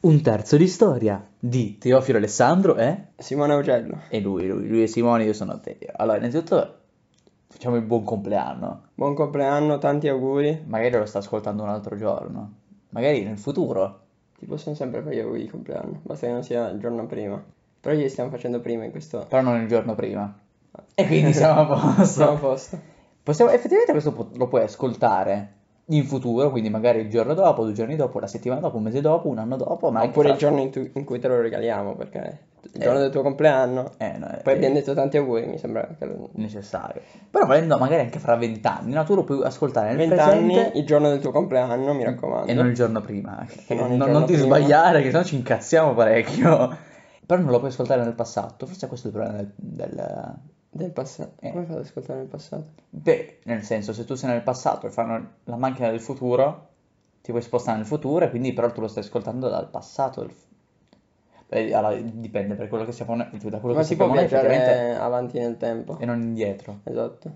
Un terzo di storia di Teofilo Alessandro e... Simone Augello. E lui, lui, lui e Simone, io sono te. Allora, innanzitutto facciamo il buon compleanno. Buon compleanno, tanti auguri. Magari lo sta ascoltando un altro giorno. Magari nel futuro. Ti possono sempre fare gli auguri di compleanno, basta che non sia il giorno prima. Però gli stiamo facendo prima in questo... Però non il giorno prima. E quindi siamo a posto. Siamo a posto. Possiamo, effettivamente questo pu- lo puoi ascoltare in futuro, quindi magari il giorno dopo, due giorni dopo, la settimana dopo, un mese dopo, un anno dopo, ma anche Oppure il fra- giorno in, tu- in cui te lo regaliamo, perché il giorno del tuo compleanno. Eh, no, Poi eh, abbiamo detto tanti auguri, mi sembra che... necessario. Però volendo magari anche fra vent'anni, no? Tu lo puoi ascoltare nel 20 anni, presente il giorno del tuo compleanno, mi raccomando. e non il giorno prima. E non il non, giorno non ti prima. sbagliare, che sennò ci incazziamo parecchio. Però non lo puoi ascoltare nel passato, forse questo è il problema del... del- Del passato. Eh. Come fate ad ascoltare il passato? Beh, nel senso, se tu sei nel passato e fanno la macchina del futuro, ti puoi spostare nel futuro e quindi però tu lo stai ascoltando dal passato. del fu- Beh, allora, dipende, per quello che siamo noi, da quello Ma che si può sappiamo noi, viaggiare effettivamente, Eh. avanti nel tempo. e non indietro. Esatto.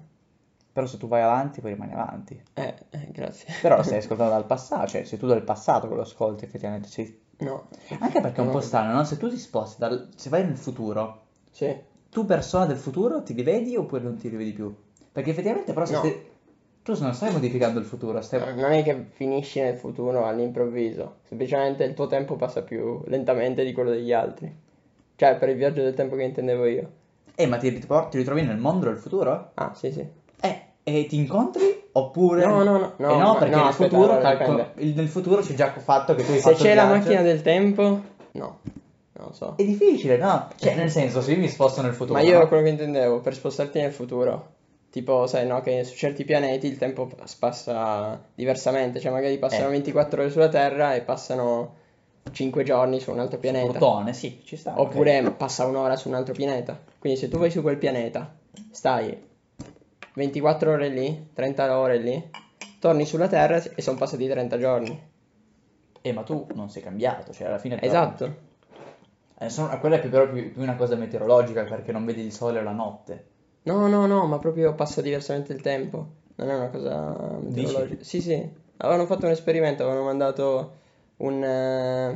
Però se tu vai avanti, poi rimani avanti. Eh, eh, grazie. Però lo stai ascoltando dal passato, cioè se tu dal passato lo ascolti effettivamente. sei- No. Anche perché è un No. po' strano, no? Se tu ti sposti, dal... se vai nel futuro, Sì. tu persona del futuro ti rivedi oppure non ti rivedi più? Perché effettivamente però se No. Eh. stai- tu non stai modificando il futuro, stai... Cioè, Non è che finisci nel futuro all'improvviso, semplicemente il tuo tempo passa più lentamente di quello degli altri. Cioè, per il viaggio del tempo che intendevo io. Eh, ma ti, riporti- ti ritrovi nel mondo del futuro? Ah, sì, sì. Eh, e ti incontri? Oppure... No, no, no, no, Eh no, no, perché no, nel, aspetta, futuro allora calco- dipende. il- nel futuro c'è già fatto che tu hai Se fatto il c'è la viaggio. macchina del tempo, no, non lo so. È difficile, no? Cioè, nel senso, se io mi sposto nel futuro... Ma io no? quello che intendevo, per spostarti nel futuro, tipo, sai, no, che su certi pianeti il tempo s- passa diversamente, cioè magari passano Eh. 24 ore sulla Terra e passano 5 giorni su un altro pianeta. Plutone, sì, ci sta. Oppure passa un'ora su un altro pianeta. Quindi se tu vai su quel pianeta, stai 24 ore lì, 30 ore lì, torni sulla Terra e sono passati 30 giorni. ok. Eh, ma tu non sei cambiato, cioè, alla fine... però- Esatto. Eh, sono- quella è più, però, più, più una cosa meteorologica, perché non vedi il sole la notte. No, no, no, ma proprio passa diversamente il tempo. Non è una cosa meteorologica. Sì, sì. Avevano fatto un esperimento, avevano mandato un, eh,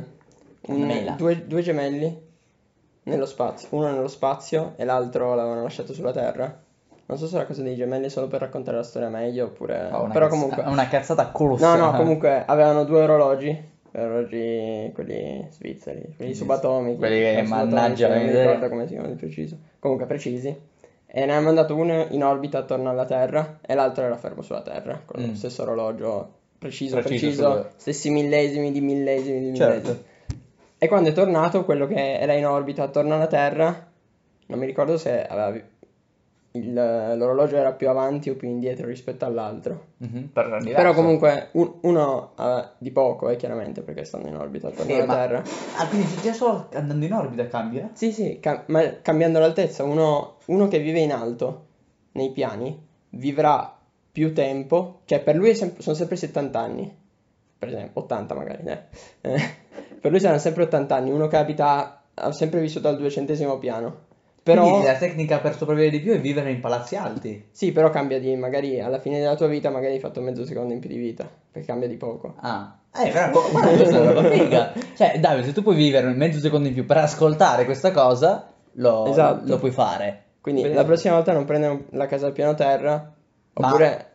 un- Una mela. due, due gemelli nello spazio, uno nello spazio e l'altro l'avevano lasciato sulla Terra. Non so se la cosa dei gemelli è solo per raccontare la storia meglio oppure... Oh, una Però cazz- comunque... Una cazzata No, colossale. no, comunque avevano due orologi, orologi quelli svizzeri, quelli Sì, subatomici, quelli che no, subatomici, mannaggia la non mi miseria. ricordo come si chiama di preciso, comunque precisi, e ne hanno mandato uno in orbita attorno alla Terra e l'altro era fermo sulla Terra, con Mm. lo stesso orologio preciso, Preciso, preciso, sulla- stessi millesimi di millesimi di millesimi. Certo. E quando è tornato, quello che era in orbita attorno alla Terra, non mi ricordo se aveva... il- l'orologio era più avanti o più indietro rispetto all'altro. Mhm, per- Però diverso. comunque un- uno eh, di poco, eh, chiaramente, perché stanno in orbita attorno Eh, alla ma- Terra. Ah, quindi già solo andando in orbita cambia? Sì, sì, ca- ma cambiando l'altezza, uno, uno che vive in alto, nei piani, vivrà più tempo, cioè per lui è sem- sono sempre 70 anni, per esempio, 80 magari, eh. Eh, per lui saranno sempre 80 anni, uno che abita, ha sempre vissuto al duecentesimo piano, però... Quindi eh. la tecnica per sopravvivere di più è vivere in palazzi alti. Sì, però cambia di, magari alla fine della tua vita magari hai fatto mezzo secondo in più di vita, perché cambia di poco. Ah, eh, però co- guarda, questa è una roba figa. Cioè, Davide, se tu puoi vivere un mezzo secondo in più per ascoltare questa cosa, lo, Esatto. lo puoi fare. Quindi Bene. la prossima volta non prendere un- la casa al piano terra, Ma- oppure,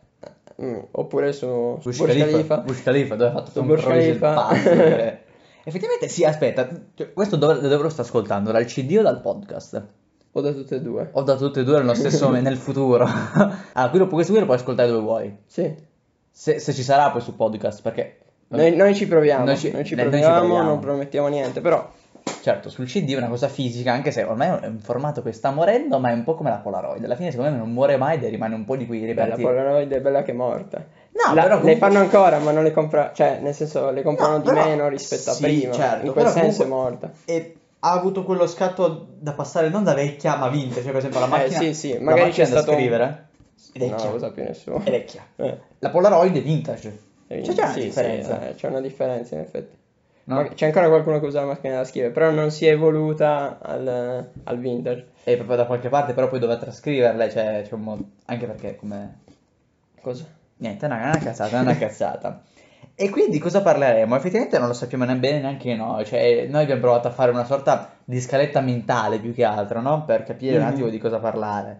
mm, oppure su, su Bush Burj Khalifa, Khalifa. Burj Khalifa, dove ha fatto Su Tom Burj Cruise il Khalifa. pazzo, eh. Effettivamente, sì, aspetta, cioè, questo dove, dove lo sta ascoltando? Dal CD o dal podcast? o da tutte e due. Ho dato tutte e due nello stesso nel futuro. ah, qui lo, pu- questo qui lo puoi ascoltare dove vuoi. Sì, Se, se ci sarà poi su podcast, perché... noi, noi ci proviamo, Noi noi ci- ci, noi ci proviamo, proviamo. non promettiamo niente, però Certo, sul CD è una cosa fisica, anche se ormai è un formato che sta morendo, ma è un po' come la Polaroid. Alla fine, secondo me, non muore mai e rimane un po' di qui beh, la reperti. Polaroid è bella che è morta. No, La- però Le comunque- fanno ancora, ma non le comprano, cioè nel senso le comprano No, di però- meno rispetto a sì, prima, certo, in quel però senso comunque- è morta. E ha avuto quello scatto da passare non da vecchia, ma vinta. Cioè, per esempio, la Eh, macchina... sì, sì, la magari macchina c'è da stato un- scrivere. È non vecchia. la usa più nessuno. È vecchia. Eh. La Polaroid è vintage. Cioè, Eh, c'è una sì, sì, differenza. eh, c'è una differenza in effetti. No? Ma c'è ancora qualcuno che usa la macchina da scrivere, però non si è evoluta al, al vintage. E proprio da qualche parte, però poi doveva trascriverle, cioè, c'è un modo... Anche perché, come... Cosa? Niente, no, è una cazzata, è una cazzata. E quindi di cosa parleremo? Effettivamente non lo sappiamo neanche bene neanche noi, cioè noi abbiamo provato a fare una sorta di scaletta mentale più che altro, no? Per capire un Mhm. attimo di cosa parlare.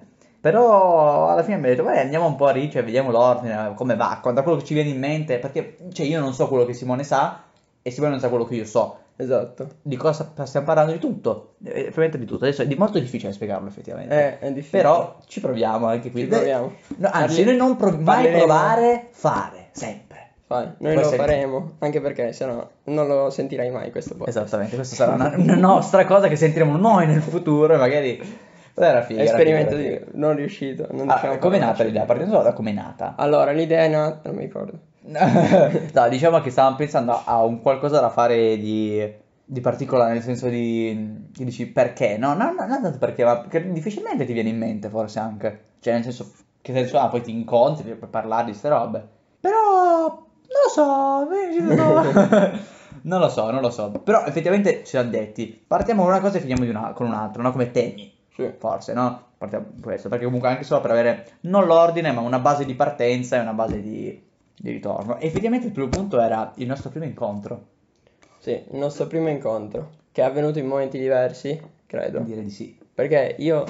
Però alla fine mi ha detto, beh, andiamo un po' a riccio e vediamo l'ordine, come va, da quello che ci viene in mente, perché cioè, io non so quello che Simone sa e Simone non sa quello che io so. Esatto. Di cosa stiamo parlando? Di tutto, eh, veramente di tutto. Adesso è di- molto difficile spiegarlo effettivamente. Eh, è difficile. Però ci proviamo anche qui. Ci proviamo. No, anzi, Parli- noi non prov- mai parleremo. provare, fare, sempre. Fai, noi Poi lo senti- faremo, anche perché sennò non lo sentirai mai questo podcast. Esattamente, questa sarà una, una nostra cosa che sentiremo noi nel futuro, e magari... Guarda, era figa, era Esperimento figa, era figa. di- non riuscito. Non Ah, diciamo com'è nata parolacce. l'idea? Partiamo solo da com'è nata. Allora, l'idea è nata, non mi ricordo. No, diciamo che stavamo pensando a un qualcosa da fare di, di particolare, nel senso di, che dici perché, no? No, no, non tanto perché, ma perché difficilmente ti viene in mente forse anche, cioè nel senso, che senso ha, poi ti incontri per parlare di ste robe, però non lo so, eh, no. non lo so, non lo so, però effettivamente ci siamo detti, partiamo con una cosa e finiamo di una- con un'altra, no? Come temi. Sì. Forse, no? Partiamo da questo, perché comunque anche solo per avere non l'ordine, ma una base di partenza e una base di, di ritorno. E effettivamente il primo punto era il nostro primo incontro. Sì, il nostro primo incontro, che è avvenuto in momenti diversi, credo. Direi di sì. Perché io...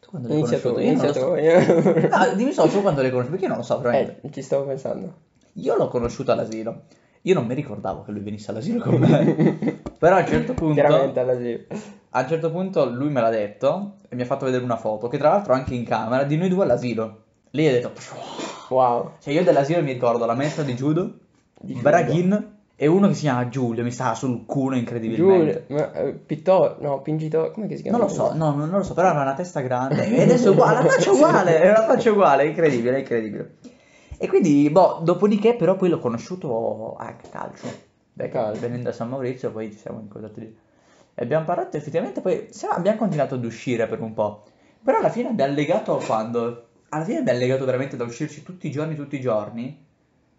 Tu quando l'hai Inizia tu, conosciuto? inizia io non lo tu. so. No, dimmi solo tu quando l'hai conosciuto, perché io non lo so veramente. Eh, ci stavo pensando. Io l'ho conosciuto all'asilo. Io non mi ricordavo che lui venisse all'asilo con me. Però a un certo punto... Veramente alla sì. A un certo punto lui me l'ha detto e mi ha fatto vedere una foto, che tra l'altro anche in camera, di noi due all'asilo. Lì ha detto... Wow. Cioè io dell'asilo mi ricordo la maestra di judo, Di judo. Braghin e uno che si chiama Giulio, mi sta sul culo incredibilmente. Giulio, ma, eh, Pittore, no, Pingitore, come si chiama? Non lo so, no, non non lo so, però aveva una testa grande e adesso è uguale, la faccia uguale, è una faccia uguale, è incredibile, è incredibile. E quindi, boh, dopodiché però poi l'ho conosciuto a calcio, perché Calcio. venendo a San Maurizio poi ci siamo incontrati lì. E abbiamo parlato effettivamente, poi se no, abbiamo continuato ad uscire per un po', però alla fine abbiamo legato quando, alla fine abbiamo legato veramente da uscirci tutti i giorni, tutti i giorni,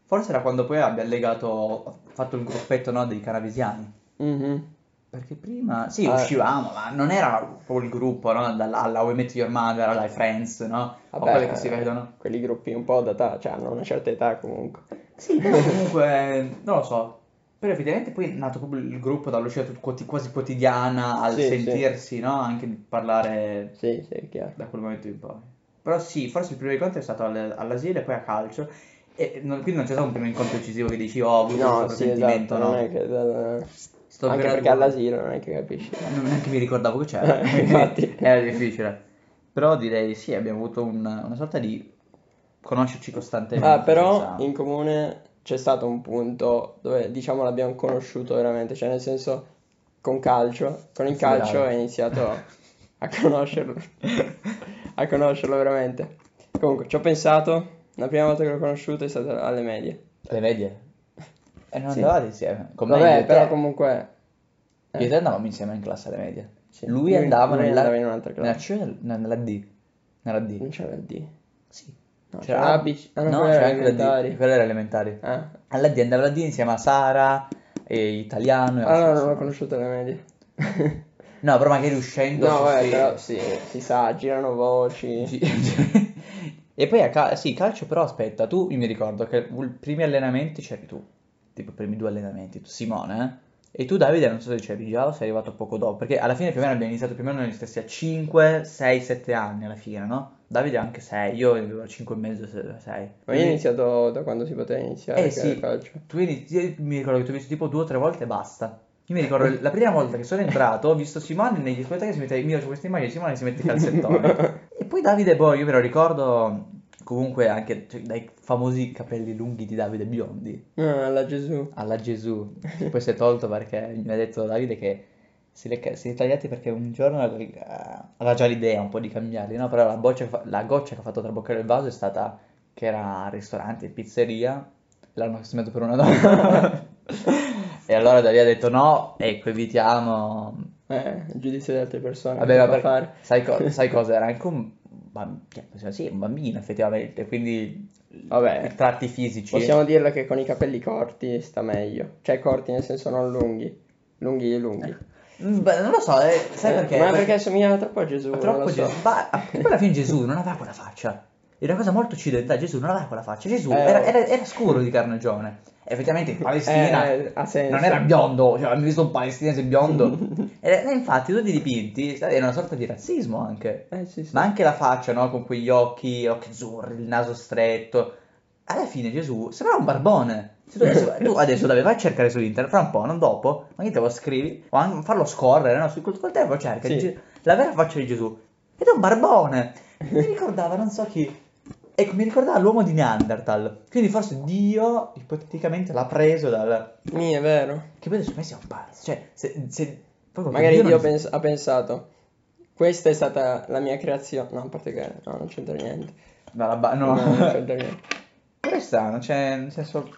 forse era quando poi abbiamo legato, ho fatto il gruppetto, no, dei canavesiani. Mhm. Perché prima sì, Ah. uscivamo, ma non era proprio il gruppo, no? Dalla alla We Met Your Mother, alla Friends, no? O Vabbè, eh. quelle che si vedono. Quelli gruppi un po' datati, cioè hanno una certa età comunque. Sì, però comunque, non lo so. Però effettivamente poi è nato proprio il gruppo dall'uscita tut- quoti- quasi quotidiana al Sì, sì. sentirsi, no? Anche di parlare Sì, sì, è chiaro. da quel momento in poi. Però sì, forse il primo incontro è stato al- all'asilo e poi a calcio. E non- quindi non c'è stato un primo incontro decisivo che dici, oh, ho avuto No, questo sì, presentimento, esatto, no? non è che... eh, Sto Anche per- perché all'asilo non è che capisci. Non neanche mi ricordavo che c'era, Eh, infatti. era difficile. Però direi sì, abbiamo avuto un- una sorta di conoscerci costantemente. Ah, però senza- in comune c'è stato un punto dove diciamo l'abbiamo conosciuto veramente, cioè nel senso con calcio, con il Sì, bravo. calcio è iniziato a conoscerlo, a conoscerlo veramente. Comunque ci ho pensato, la prima volta che l'ho conosciuto è stata alle medie. Le medie? E non Sì. andavate insieme. Con me Vabbè, io e te- però comunque io e te andavamo insieme in classe alle medie. Sì. Lui Lui- andava lui nella... andava in un'altra nella classe. C o nel- no, nella D? Nella D. non c'era il D. Sì. No, C'era c'era la- A, B, C- ah, no, no, quella c'era era anche la D, elementari. quella era elementare. Ah, Alla D andava la D insieme a Sara, e Italiano e Ah, no, non l'ho Alfonso. conosciuto alle medie. No, però magari uscendo No, su vabbè, sti- però sì, si sa, girano voci. Sì. E poi a ca- sì, calcio, però aspetta, tu io mi ricordo che i primi allenamenti c'eri tu, tipo i primi due allenamenti, tu Simone, eh? E tu Davide non so se c'eri già o sei arrivato poco dopo, perché alla fine più o meno abbiamo iniziato più o meno negli stessi a 5, 6, 7 anni alla fine, no? Davide anche 6, io avevo 5 e mezzo, 6. Ma io ho iniziato da quando si poteva iniziare Eh che era il sì, calcio. tu inizi- io mi ricordo che ti ho visto tipo due o tre volte e basta. Io mi ricordo la prima volta che sono entrato, ho visto Simone negli spettacoli, si mette, miro su questa immagine di Simone che si mette i calzettoni. E poi Davide Boh, io me lo ricordo comunque anche cioè, dai famosi capelli lunghi di Davide Biondi No, alla Gesù. alla Gesù. che Poi si è tolto perché mi ha detto Davide che si, lecca- si è tagliati perché un giorno eh, aveva già l'idea un po' di cambiarli, no? Però la, boccia che fa- la goccia che ha fatto traboccare il vaso è stata che era al ristorante, pizzeria, l'hanno costumato per una donna. E allora da lì ha detto no, ecco, evitiamo. Eh, il giudizio di altre persone. Vabbè, che ma può perché- fare. sai, co- sai cosa? Era anche un, bam- cioè, sì, un bambino effettivamente, quindi Vabbè. i tratti fisici. Possiamo dirlo che con i capelli corti sta meglio. Cioè corti nel senso non lunghi. Lunghi e lunghi. Mm, beh, non lo so, eh, sai Eh, perché? Ma Perché- perché assomigliava troppo a Gesù, Ma non troppo lo so. Gesù, ma- ma poi alla fine Gesù non aveva quella faccia. È una cosa molto occidentale. Gesù non aveva quella faccia. Gesù Eh, era, oh. era- era scuro di carnagione. Effettivamente in Palestina Eh, ha senso. non era biondo. Cioè, abbiamo visto un palestinese biondo. e, e infatti tutti i dipinti era una sorta di razzismo anche. Eh, sì, sì. Ma anche la faccia, no? Con quegli occhi, occhi azzurri, il naso stretto. Alla fine Gesù sembrava un barbone. Se tu, adesso, tu adesso, dai, vai a cercare su internet, fra un po', non dopo, ogni tanto scrivi, o anche farlo scorrere, no? Sul- Col, col tempo cerca Sì. Ge- la vera faccia di Gesù. Ed è un barbone. Mi ricordava, non so chi. Ecco, mi ricordava l'uomo di Neanderthal. Quindi forse Dio, ipoteticamente, l'ha preso dal... Mi è vero. Che poi adesso pensi è un pazzo. Cioè, se... se... poi con Magari Oh, Dio non Dio es- pens- ha pensato, questa è stata la mia creazione. No, a parte che no, non c'entra niente. No, la ba- No, no. non c'entra niente. Però è strano, cioè, nel senso...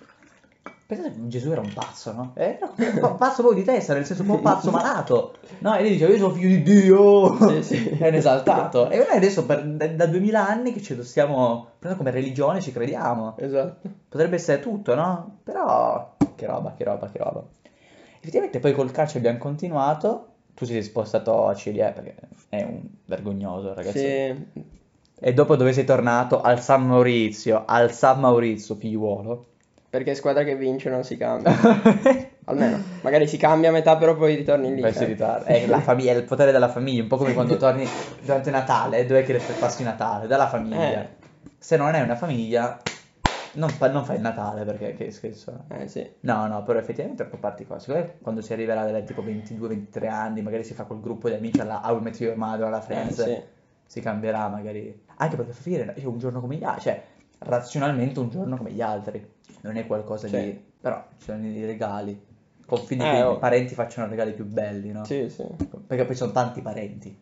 Pensate che Gesù era un pazzo, no? Eh, Era un po' pazzo proprio di testa, nel senso un po' pazzo malato. No, e lui diceva, io sono figlio di Dio! Sì, sì. È un esaltato. E noi adesso per- da, da 2000 anni che ce lo stiamo prendendo come religione, ci crediamo. Esatto. Potrebbe essere tutto, no? Però... Che roba, che roba, che roba. Effettivamente poi col calcio abbiamo continuato. Tu sei spostato a Cili, eh, perché è un vergognoso, ragazzi. Sì. E dopo dove sei tornato? Al San Maurizio, al San Maurizio, figliuolo. Perché squadra che vince non si cambia. Almeno, magari si cambia a metà, però poi ritorni lì. eh. Penso sai. di tar- È, la famiglia, è il potere della famiglia, un po' come quando torni durante Natale, dov'è che le passi Natale? Dalla famiglia. Eh. Se non è una famiglia, non, fa- non fai il Natale perché che scherzo. è? Eh sì. No, no, però effettivamente è un po' particolare. Secondo me quando si arriverà dai tipo 22-23 anni, magari si fa col gruppo di amici alla How I Met Your Mother, alla Eh, Friends, sì. si cambierà magari. Anche perché fa finire cioè, un giorno come gli altri, cioè razionalmente un giorno come gli altri. Non è qualcosa Sì. di... però ci sono i regali. Confidi Eh, che oh. i parenti facciano regali più belli, no? Sì, sì. Perché poi ci sono tanti parenti.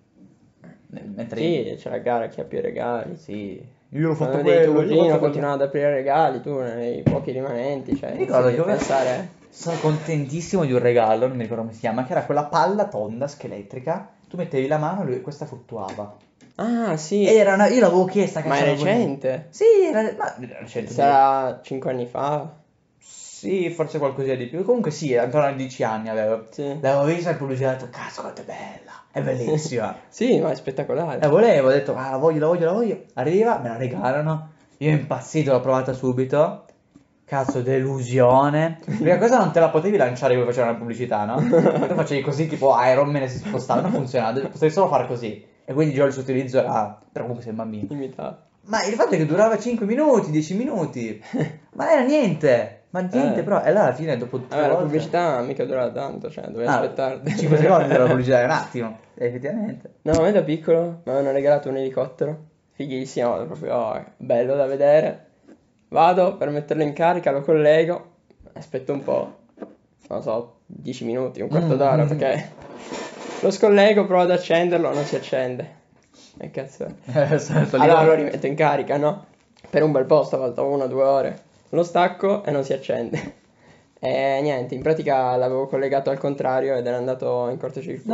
Mentre Sì, c'è la gara chi ha più regali. sì. Io l'ho Quando eri tuo cugino continuava ad aprire regali, tu ne hai pochi rimanenti, cioè... Mi ricordo inizi che a pensare... eh. sono contentissimo di un regalo, non mi ricordo come si chiama, che era quella palla tonda scheletrica. Tu mettevi la mano e lui- questa fluttuava. Ah, sì, E era una- io l'avevo chiesta. ma è cazzo, l'avevo- recente. Sì, era, ma, era recente. Sarà 5 anni fa. Sì, forse qualcosa di più. Comunque sì, ancora 10 anni avevo. Sì. L'avevo vista in pubblicità e ho detto, cazzo, quanto è bella. È bellissima. Sì, ma è spettacolare. La volevo, ho detto, ah, la voglio, la voglio, la voglio. Arriva, me la regalano. Io impazzito, l'ho provata subito. Cazzo, delusione. Prima cosa non te la potevi lanciare come facevano la pubblicità, no? Tu facevi così, tipo "Ah, Iron Man e si spostava, non funzionava, potevi solo fare così. E quindi George utilizzo era... ah, Però comunque sei un bambino. Imitato. Ma il fatto è che durava 5 minuti, 10 minuti. Ma era niente. Ma niente, Eh. però... E allora alla fine, dopo due Vabbè, la volte- pubblicità mica durava tanto, cioè, dovevi Ah, aspettarti. 5 secondi della pubblicità, è un attimo. E effettivamente. No, a me da piccolo mi avevano regalato un elicottero, fighissimo, proprio oh, bello da vedere. Vado per metterlo in carica, lo collego, aspetto un po', non so, 10 minuti, un quarto Mm. d'ora, perché lo scollego, provo ad accenderlo, non si accende. E cazzo è? Eh, Allora lo rimetto in carica, no? Per un bel po', stavolta una o due ore. Lo stacco e non si accende. E niente, in pratica l'avevo collegato al contrario ed era andato in cortocircuito.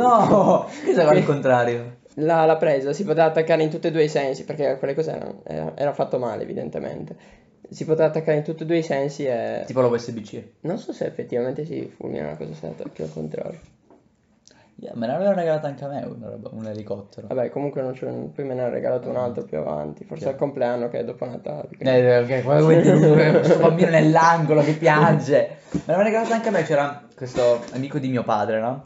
No, io sono al Quindi- contrario. La, la presa si poteva attaccare in tutti e due i sensi, perché quelle cose erano, era, era fatto male, evidentemente. Si poteva attaccare in tutti e due i sensi e... Tipo la USB-C. Non so se effettivamente si fulmina una cosa se attacchi al contrario. Yeah, me l'avevano regalata anche a me una roba- un elicottero. Vabbè, comunque non c'è un- poi me ne ha regalato un altro più avanti, forse Ok. al compleanno che è dopo Natale. che- Eh, ok, come vedi, questo bambino nell'angolo che piange. Me l'avevano regalata anche a me, c'era questo amico di mio padre, no?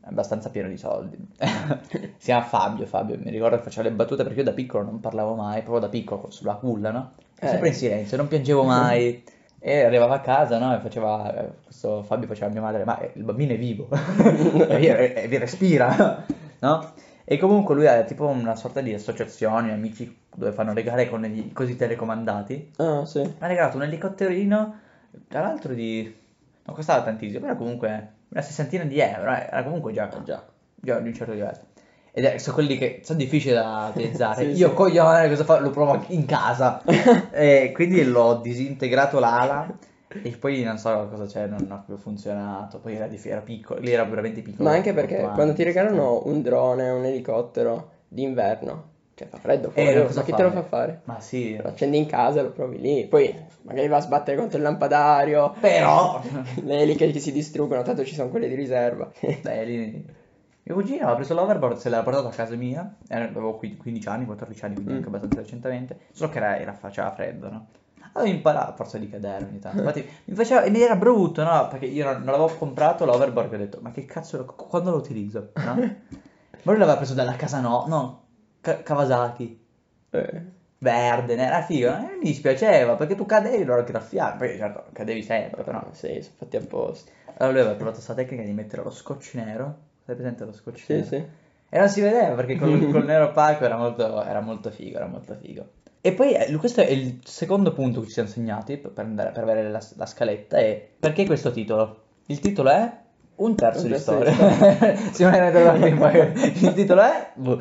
Abbastanza pieno di soldi. si chiama Fabio, Fabio, mi ricordo che faceva le battute perché io da piccolo non parlavo mai, proprio da piccolo sulla culla, no? Eh. Sempre in silenzio, non piangevo mai. E arrivava a casa, no? E faceva, eh, questo Fabio faceva a mia madre, ma eh, il bambino è vivo, E vi- e vi respira, no? E comunque lui ha tipo una sorta di associazione, amici dove fanno le gare con i così telecomandati. Ah, sì. Mi ha regalato un elicotterino, tra l'altro di... non costava tantissimo, però comunque una sessantina di euro, eh, era comunque già, già, già di un certo livello. Ed è, sono quelli che sono difficili da utilizzare. Sì, Io sì. coglione cosa fa- Lo provo in casa. e quindi l'ho disintegrato l'ala e poi non so cosa c'è, non ha più funzionato. Poi era, dif- era piccolo, lì era veramente piccolo. Ma anche perché otto anni, quando ti sette regalano un drone, un elicottero d'inverno, cioè fa freddo Eh, fuori, non ma cosa Eh. chi te lo fare? fa fare? anni. Ma sì, Lo accendi in casa e lo provi lì, poi magari va a sbattere contro il lampadario, però... le eliche che si distruggono, tanto ci sono quelle di riserva. Eh, Beh, lì... Mio cugino aveva preso l'overboard, se l'era portato a casa mia, eh, avevo qui- 15 anni, 14 anni, quindi Mm. anche abbastanza recentemente, solo che era, era faceva freddo, no? Avevo imparato a forza di cadere ogni tanto, infatti mi faceva, e mi era brutto, no? Perché io non non l'avevo comprato l'overboard, e ho detto, ma che cazzo, lo- quando lo utilizzo, no? Ma lui l'aveva preso dalla casa no, no, Ka- Kawasaki, Eh, verde, ne era figo, no? E mi dispiaceva, perché tu cadevi, loro graffiavi, perché certo, cadevi sempre, però... no, sì, sono fatti apposta. Allora lui aveva provato questa tecnica di mettere lo scotch nero. Sai presente lo scotch Sì, nero? sì. E non si vedeva perché col, col nero opaco era molto, era molto figo, era molto figo. E poi eh, questo è il secondo punto che ci siamo segnati per, per andare- per avere la, la scaletta è perché questo titolo? Il titolo è Un terzo Un di terzo di storia. Simone Netovati, poi- il titolo è boh,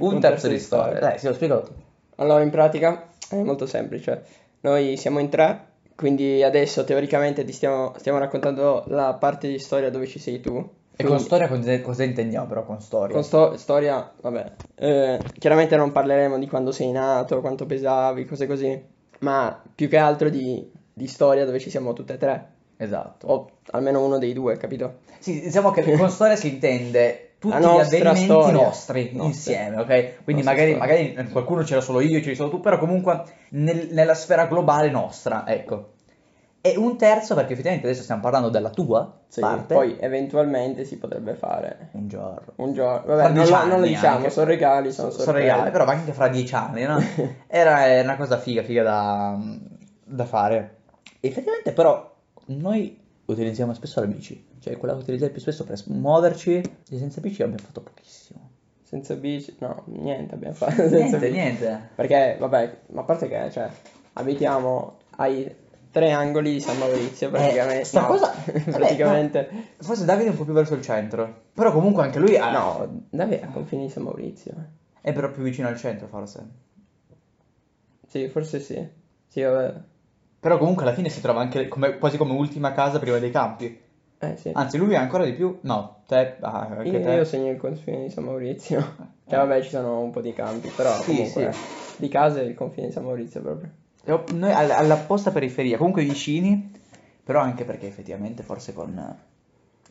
Un terzo di storia. Dai, sì, lo spiego tu. Allora, in pratica è molto semplice. Noi siamo in tre, quindi adesso teoricamente ti stiamo, stiamo raccontando la parte di storia dove ci sei tu. E Quindi- con storia cosa, cosa intendiamo però con storia? Con sto- storia, vabbè, Eh, chiaramente non parleremo di quando sei nato, quanto pesavi, cose così, ma più che altro di, di storia dove ci siamo tutte e tre, Esatto. o almeno uno dei due, capito? Sì, diciamo che con storia si intende tutti La gli nostra avvenimenti storia. nostri Nostra. insieme, ok? Quindi Nostra magari, storia. magari qualcuno c'era solo io, c'eri solo tu, però comunque nel- nella sfera globale nostra, ecco. E un terzo, perché effettivamente adesso stiamo parlando della tua Sì, parte, poi eventualmente si potrebbe fare un giorno. un giorno, Fra vabbè, non dieci lo, non lo anni diciamo, anche. sono regali, sono sono sorprese. regali, però anche fra dieci anni, no? Era era una cosa figa, figa da, da fare. Effettivamente, però, noi utilizziamo spesso la bici, cioè quella che utilizziamo più spesso per muoverci, e senza bici abbiamo fatto pochissimo. Senza bici, no, niente abbiamo fatto senza Niente, bici. niente. Perché, vabbè, ma a parte che, cioè, abitiamo ai tre angoli di San Maurizio, praticamente. Eh, sta no, cosa- praticamente. vabbè, no, forse Davide è un po' più verso il centro. Però comunque anche lui ha- No, davvero, confini di San Maurizio. è però più vicino al centro, forse. Sì, forse sì. Sì, vabbè. Però comunque alla fine si trova anche come- quasi come ultima casa prima dei campi. Eh sì. Anzi, lui è ancora di più. No, te. ah, anche Io, te. io segno il confine di San Maurizio. Cioè, vabbè, ci sono un po' di campi, però Sì, comunque di casa è il confine di San Maurizio proprio. Io- Noi all- all'apposta periferia, comunque vicini, però anche perché effettivamente forse con,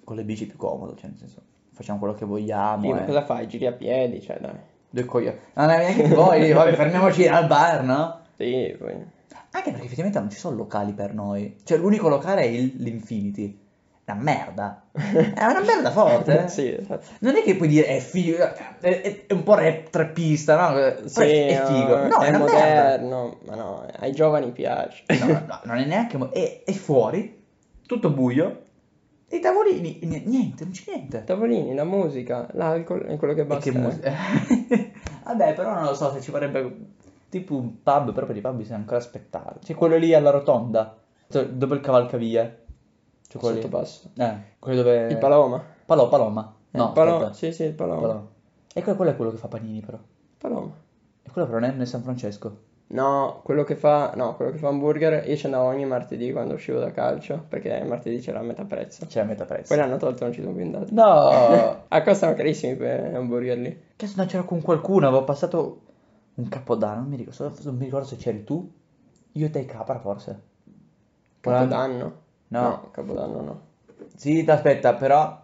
con le bici è più comodo, cioè nel senso facciamo quello che vogliamo. Sì, ma eh. cosa fai? Giri a piedi, cioè, dai. Due coglioni. Non è neanche voi, vabbè, fermiamoci al bar, no? Sì, poi... Anche perché effettivamente non ci sono locali per noi. Cioè, l'unico locale è il- l'Infinity. È una merda. È una merda forte. eh. sì, esatto. Non è che puoi dire è figo, è, è- è un po' rap, trappista, no? Però Sì, eh, è, è figo. No, è, è una merda. moderno, ma no, ai giovani piace. No, no, non è neanche... mo- È, è fuori, tutto buio, e i tavolini, n- niente, non c'è niente. Tavolini, la musica, l'alcol è quello che E basta. che eh. musica... Vabbè, però non lo so se ci vorrebbe tipo un pub, però per i pub bisogna ancora aspettare. C'è quello lì alla rotonda, cioè, dopo il cavalcavia. C'è quello lì. Sottopasso. Eh, quello dove... Il Paloma. Eh, Palò, Paloma. No, il Paloma, aspetta. sì, sì, il Paloma. Paloma. E quello, quello è quello che fa panini, però. Paloma. E quello però non è nel San Francesco. No, quello che fa, no, quello che fa hamburger, io ci andavo ogni martedì quando uscivo da calcio, perché martedì c'era a metà prezzo. C'è a metà prezzo. Poi l'hanno tolto, non ci sono più andato. No! Ah, costano carissimi quei hamburger lì. Cazzo, no, c'era con qualcuno, avevo passato un capodanno, non mi ricordo, so- non mi ricordo se c'eri tu, io e te e Capra forse. Capodanno? No. Capodanno no. Sì, t- aspetta, però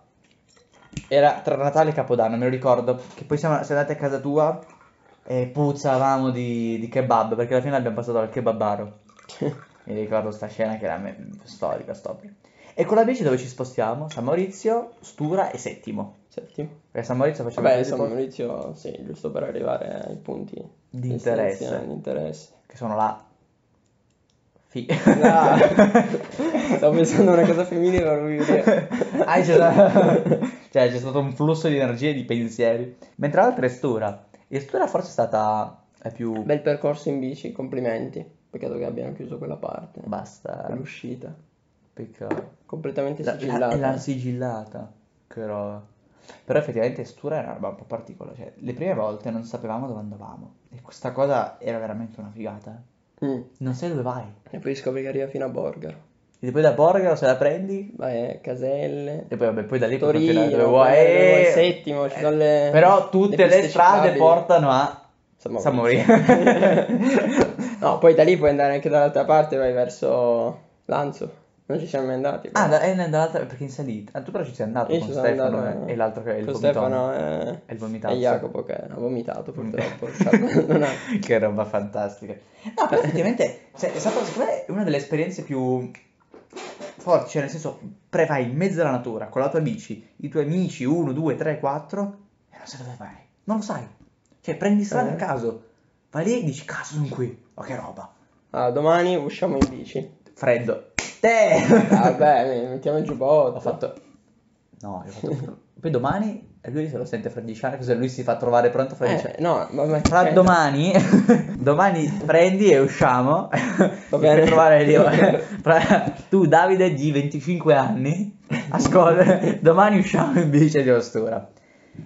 era tra Natale e Capodanno, me lo ricordo, che poi siamo, siamo andati a casa tua e puzzavamo di, di kebab, perché alla fine abbiamo passato al kebabaro. Mi ricordo sta scena che era me- storica, storica. E con la bici dove ci spostiamo? San Maurizio, Stura e Settimo. Settimo. Perché San Maurizio faceva Vabbè, tutti i San posti- Maurizio, sì, giusto per arrivare ai punti Di destinazione, interesse. di interesse. che sono là. Fi. No. Stavo pensando a una cosa femminile, ma non mi veniva. Ah, c'è stato... cioè, c'è stato un flusso di energie e di pensieri. Mentre l'altra è Stura. E Stura forse è stata la più... Bel percorso in bici, complimenti. Peccato che abbiano chiuso quella parte, Basta. l'uscita, Peccato. completamente La, la, sigillata. la sigillata. Che roba. Però effettivamente Stura era una roba un po' particolare. Cioè, le prime volte non sapevamo dove andavamo. E questa cosa era veramente una figata. eh. Mm. Non sai dove vai. E poi scopri che arriva fino a Borgaro. E poi da Borgaro se la prendi... Vai a Caselle, E poi vabbè, poi da lì puoi Torino, continuare dove poi vuoi. dove vuoi, Eh, Settimo, ci sono le- Però tutte le le, piste strade ciclabili. portano a San Maurizio. San Maurizio. No, poi da lì puoi andare anche dall'altra parte, vai verso Lanzo. Non ci siamo mai andati. però. Ah, da- eh, dall'altra, perché in salita. Ah, tu però ci sei andato Io con ci sono Stefano eh, andato, eh. e, e l'altro che è il con vomitone. Stefano eh. e, È il e vomitazzo. Jacopo che ha vomitato purtroppo. Cioè, Mm. Non ha- Che roba fantastica. No, però effettivamente, cioè, è stata secondo me una delle esperienze più forti, cioè nel senso, pre vai in mezzo alla natura con la tua bici, i tuoi amici, 1, 2, 3, 4, e non sai dove vai, non lo sai. Cioè, prendi strada Eh. a caso, vai lì e dici, cazzo, sono qui, ma che roba. Ah, domani usciamo in bici. Freddo. Te! Vabbè, mettiamo il giubbotto. Ho fatto... No, io ho fatto... Poi domani, lui se lo sente fra 10 anni, così lui si fa trovare pronto fra 10 anni. Eh, no, ma, ma- Fra eh, domani, domani prendi e usciamo. Va Va bene. bene. Trovare lì, Fra- tu, Davide, di 25 anni, ascolta, domani usciamo in bici di Ostura.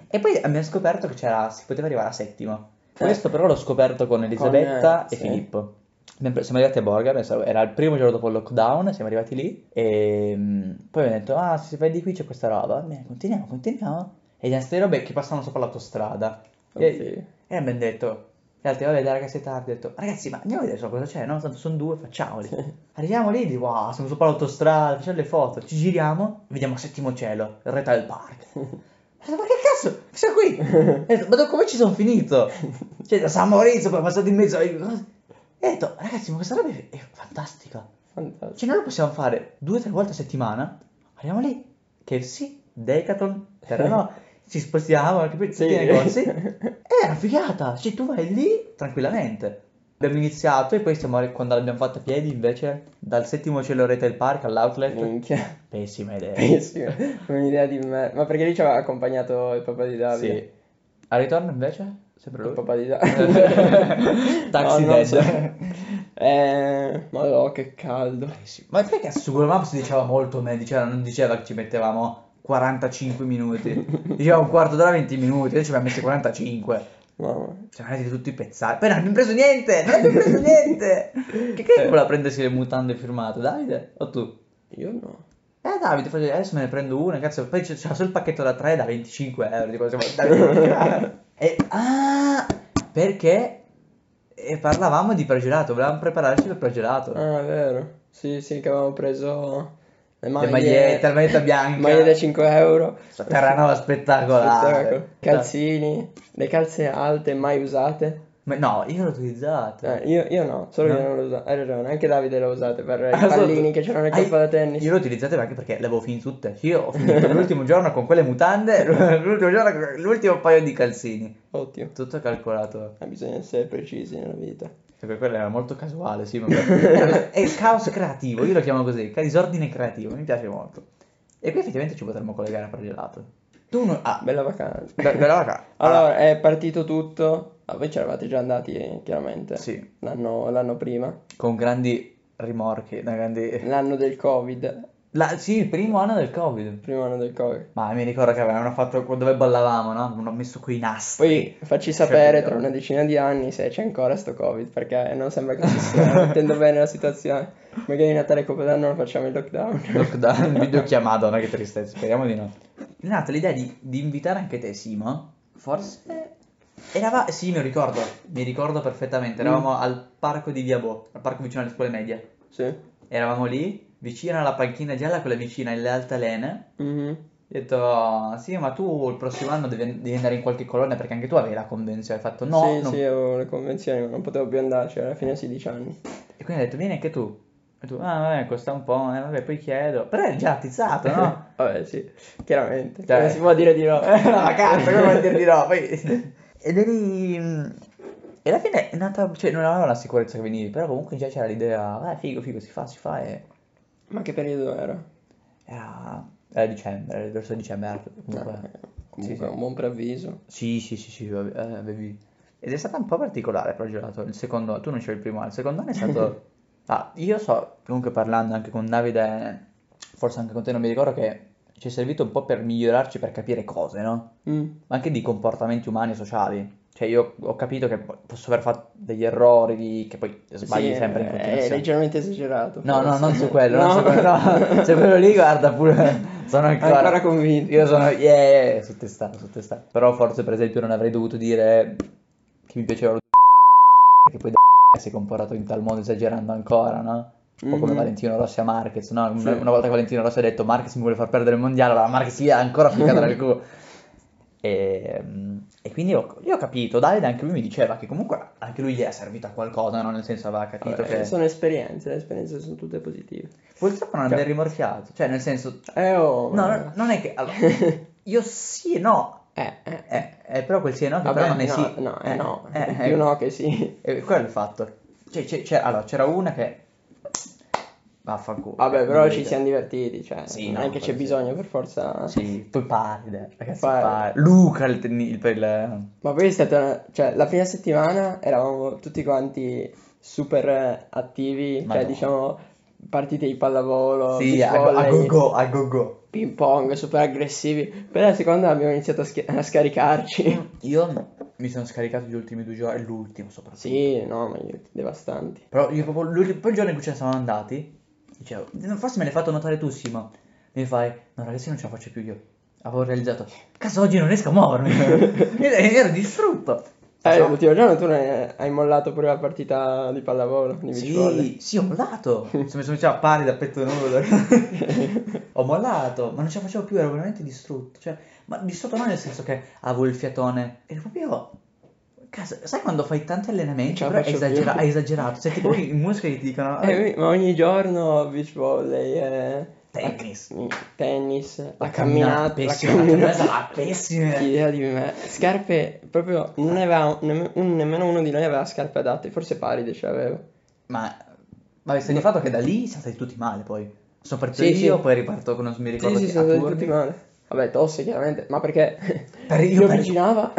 E poi abbiamo scoperto che c'era, si poteva arrivare a settimo. Questo però l'ho scoperto con Elisabetta Eh. Con, eh, e sì. Filippo. Abbiamo pre- Siamo arrivati a Borga, penso- era il primo giorno dopo il lockdown, siamo arrivati lì e mm, poi abbiamo detto, ah, se vai di qui c'è questa roba, bene, continuiamo, continuiamo. E abbiamo queste robe che passavano sopra l'autostrada. E, Sì. e abbiamo detto, gli altri, vabbè, dai, ragazzi, è tardi. Ho detto, ragazzi, ma andiamo a vedere so cosa c'è, no? Tanto sono due, facciamoli. Arriviamo lì, dico, wow, siamo sopra l'autostrada, facciamo le foto, ci giriamo, vediamo il settimo cielo, il Retail Park. Ho detto, ma che cazzo? Sono qui! Ho detto, ma dove- come ci sono finito? Cioè, da San Maurizio, poi passato in mezzo. ai- E ho detto, ragazzi, ma questa roba è, è fantastica. Fantastico. Cioè, noi lo possiamo fare due o tre volte a settimana. Andiamo lì, KFC, Decathlon, Terranova, ci spostiamo anche per tutti i negozi. È una figata, cioè tu vai lì tranquillamente. Abbiamo iniziato e poi siamo arri- quando l'abbiamo fatta a piedi invece dal settimo cielo retail park all'outlet. Minchia. Pessima idea. Pessimo. Un'idea di me. Ma perché lì ci aveva accompagnato il papà di Davide? Sì. Al ritorno invece? Sempre Il lui. papà di Davide. Taxi No, non Dad. so. Eh, ma no, che caldo. Pessimo. Ma perché su Google Maps diceva molto meglio, diceva- non diceva che ci mettevamo 45 minuti. Diceva un quarto d'ora 20 minuti, noi ci abbiamo messo 45. Mamma. Cioè, non siete tutti pezzati. Poi non abbiamo preso niente! Non abbiamo preso niente! Che che Eh. voleva Cioè, prendersi le mutande firmate? Davide? O tu? Io no. Eh Davide, faccio- adesso me ne prendo una, cazzo, poi c'è c'era solo il pacchetto da 3 da 25 euro, tipo, siamo- Davide, e, ah, perché e parlavamo di pregelato, volevamo prepararci per pregelato, Ah, è vero. Sì, sì, che avevamo preso le le maglie. magliette, la maglietta bianca, Maglie da 5 euro. Terranova spettacolare, Spettacolo. Calzini, le calze alte mai usate. Ma no, io l'ho utilizzata, Eh, io, io no, solo No. che non le usavo. Hai ragione, anche Davide le ha usate per i Ah, pallini sotto. che c'erano nel Ah, io- campo da tennis. Io le utilizzate anche perché le avevo finite tutte. Io ho finito l'ultimo giorno con quelle mutande, l'ultimo giorno con l'ultimo paio di calzini. Ottimo. Tutto calcolato. Eh, bisogna essere precisi nella vita. Perché quello era molto casuale, sì. ma- Era- È il caos creativo, io lo chiamo così, ca- disordine creativo, mi piace molto. E qui effettivamente ci potremmo collegare a pragelato. Tu non... Ah, Bella vacanza. be- bella vacanza. Allora, è partito tutto. Ah, voi ci eravate già andati, eh, chiaramente. Sì, L'anno, l'anno prima. con grandi rimorchi, da grandi... L'anno del Covid. La- sì, il primo anno del Covid. Primo anno del Covid. Ma mi ricordo che avevano fatto dove ballavamo, no? Avevano messo quei nastri. Poi facci sapere tra una decina di anni se c'è ancora sto Covid, perché non sembra che ci sia. Intendo bene la situazione. Magari Natale e Capodanno non facciamo il lockdown. Lockdown, videochiamata, no che tristezza, speriamo di no. Mi è nata l'idea di, di invitare anche te, Simo. Forse... Erava... Sì, mi ricordo, mi ricordo perfettamente. Eravamo Mm. al parco di Via Bo, al parco vicino alle scuole medie. Sì. Eravamo lì, vicino alla panchina gialla, quella vicina alle altalene. Mhm. Ho detto, sì, ma tu il prossimo anno devi, devi andare in qualche colonna perché anche tu avevi la convenzione. Hai fatto no, Sì, non- sì, avevo le convenzioni, ma non potevo più andarci, alla fine a 16 anni. E quindi ho detto, vieni anche tu. E tu, ah, vabbè, costa un po', eh, vabbè, poi chiedo. Però eri già attizzato, no? Vabbè, sì, chiaramente. Cioè- Come si può dire di no? la cazzo, come vuol dire di no? Poi... Ed eri... E alla fine è nata, cioè non avevo la sicurezza che venivi, però comunque già c'era l'idea, ah figo, figo, si fa, si fa e... Ma che periodo era? Era, era dicembre, era verso dicembre, era Ah, comunque... comunque sì. un buon preavviso. Sì, sì, sì, sì, vabbè, eh, avevi... Ed è stata un po' particolare però girato, il secondo, tu non c'eri il primo anno, il secondo anno è stato... Ah, io so, comunque parlando anche con Davide, forse anche con te non mi ricordo, che ci è servito un po' per migliorarci, per capire cose, no? Mm. ma anche di comportamenti umani e sociali. Cioè, io ho capito che po- posso aver fatto degli errori, di- che poi sbagli Sì, eh, sempre in è- È continuazione. leggermente esagerato. No, no, forse. non su quello, non No? su quello, no. Su quello lì, guarda, pure sono ancora... Ancora convinto. Io sono, yeah, yeah, su te stanno, su te stanno. Però forse, per esempio, non avrei dovuto dire che mi piaceva lo perché poi da si è comportato in tal modo, esagerando ancora, no? Un po' come Mhm. Valentino Rossi a Marquez, no? Una, Sì. una volta che Valentino Rossi ha detto Marquez mi vuole far perdere il mondiale, allora Marquez gli ha ancora ficcato dal culo. E, mm, e quindi ho- io ho capito, Davide anche lui mi diceva che comunque anche lui gli è servito a qualcosa, no? Nel senso aveva capito Vabbè, che... Sono esperienze, le esperienze sono tutte positive. Purtroppo non Cioè- abbiamo rimorchiato, cioè nel senso... Eh, oh, No, ma- no, non è che... allora, io sì e no, Eh, eh. eh, eh, però quel sì e no che Vabbè, però non è no, sì. no, eh, no, eh, eh, più no che sì. E quello è il fatto. Cioè, c'è- c'è- allora, c'era una che... Vaffanculo. Eh, Vabbè, però ci Dovete- siamo divertiti, cioè, Sì, non no, è che c'è quello sì. bisogno per forza. Sì, poi Paride, ragazzi, Pare. Pare. Luca, il, tenni- il, il- Ma poi è stata, una- cioè, la prima settimana eravamo tutti quanti super eh, attivi, cioè, Madonna. diciamo, partite di pallavolo, Sì, beach a, go- a volley, go-go, a go-go. ping pong, super aggressivi. Poi la seconda abbiamo iniziato a, schia- a Mm. scaricarci. Io mi sono scaricato gli ultimi due giorni, l'ultimo soprattutto. Sì, no, ma io- devastanti. Però io proprio, l'ultimo- poi il giorno in cui ce ne siamo andati, dicevo, "Non- forse me l'hai fatto notare tu, Simo. Mi fai, no ragazzi, non ce la faccio più io. Avevo realizzato, cazzo, oggi non riesco a muovermi. Ed ero distrutto. Eh, Sono- l'ultimo giorno tu ne- hai mollato pure la partita di pallavolo, di beach volley. Sì, sì, ho mollato. Se mi sono messo a pari da petto nudo. ho mollato, ma non ce la facevo più, ero veramente distrutto. Cioè, ma distrutto non nel senso che avevo il fiatone. Ero proprio. Cazzo, sai quando fai tanti allenamenti? Non ce la Però hai, faccio più. esagera- hai esagerato. Senti poi i muscoli che ti dicono. Eh, mi- ma ogni giorno beach volley, eh, Tennis. la- tennis, la, La camminata, camminata, la pessima, cioè, la camminata, pessima. Che idea di me. Scarpe, proprio, non ne aveva, nemm- un- nemmeno uno di noi aveva scarpe adatte, forse Paride ce l'aveva. Ma. Vabbè, stai il fatto che da lì siamo stati tutti male poi. Sono partito Sì, sì. io, poi riparto con non mi Sì, ricordo sì, chi- sono a stati turni. tutti male. Vabbè, tosse chiaramente, ma perché Per- più io per- avvicinava,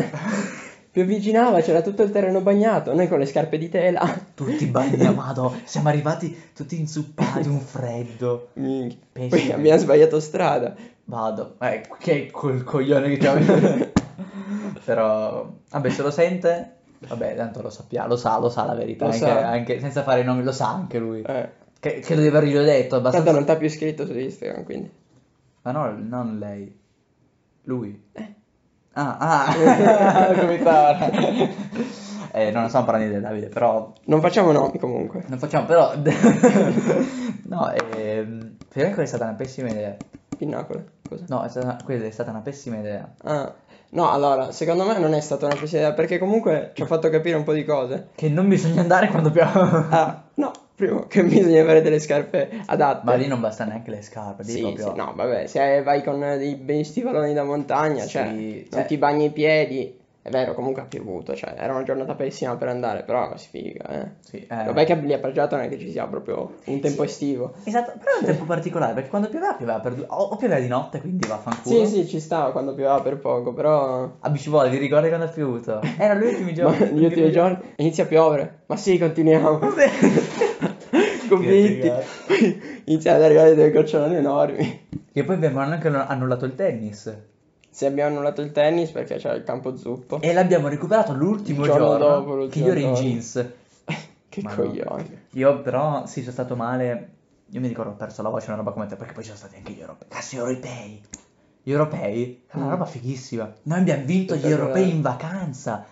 più avvicinava, c'era tutto il terreno bagnato, noi con le scarpe di tela. Tutti bagniamado, siamo arrivati tutti inzuppati, un freddo. Mm, Pensi Poi che- abbiamo sbagliato strada. Vado, eh, che col coglione che ti avevo. Però, vabbè, se lo sente, vabbè, tanto lo sappia, lo sa, lo sa la verità, Lo anche, sa. anche senza fare i nomi, lo sa anche lui. Eh. Che, credo di averglielo detto Tanto abbastanza. non t'ha più iscritto su Instagram, quindi. Ma no, non lei, lui. Eh. Ah, ah, come stava? Eh, non stiamo parlando di Davide, però Non facciamo nomi comunque. Non facciamo però... no, ehm, secondo me quella è stata una pessima idea. Pinnacola. Cosa? No, è stata una- quella è stata una pessima idea. Ah, no, allora, secondo me non è stata una pessima idea, perché comunque ci ha fatto capire un po' di cose. Che non bisogna andare quando piove. Ah, no, primo, che bisogna avere delle scarpe adatte. Ma lì non basta neanche le scarpe, lì Sì, proprio... sì, no, vabbè, se vai con eh, dei bei stivaloni da montagna, Sì, cioè, cioè- non ti bagni i piedi. È vero, comunque ha piovuto, cioè, era una giornata pessima per andare, però si figa, eh. Sì, eh. Vabbè che lì a Paggiato non è che ci sia proprio un tempo estivo. Esatto, però è un tempo particolare, perché quando pioveva pioveva per due... O, o pioveva di notte, quindi vaffanculo. Ah, Sì, sì, ci stava quando pioveva per poco, però... A Bicibolli, ti ricordi quando ha piovuto? Era gli ultimi Ma giorni. gli ultimi giorni inizia a piovere. Ma sì, continuiamo. Convinti. Che Poi Iniziano ad arrivare dei goccioloni enormi. Che poi abbiamo anche annullato il tennis. Se abbiamo annullato il tennis perché c'era il campo zuppo. E l'abbiamo recuperato l'ultimo Il giorno dopo, che l'ultimo io ero in giorno. jeans. Che Ma no. coglioni. Io però sì, sono stato male. Io mi ricordo ho perso la voce, una roba come te, perché poi ci sono stati anche gli europei. Cazzo, gli europei. Gli europei è una Mm. roba fighissima. Noi abbiamo vinto gli Spettacolare. europei in vacanza.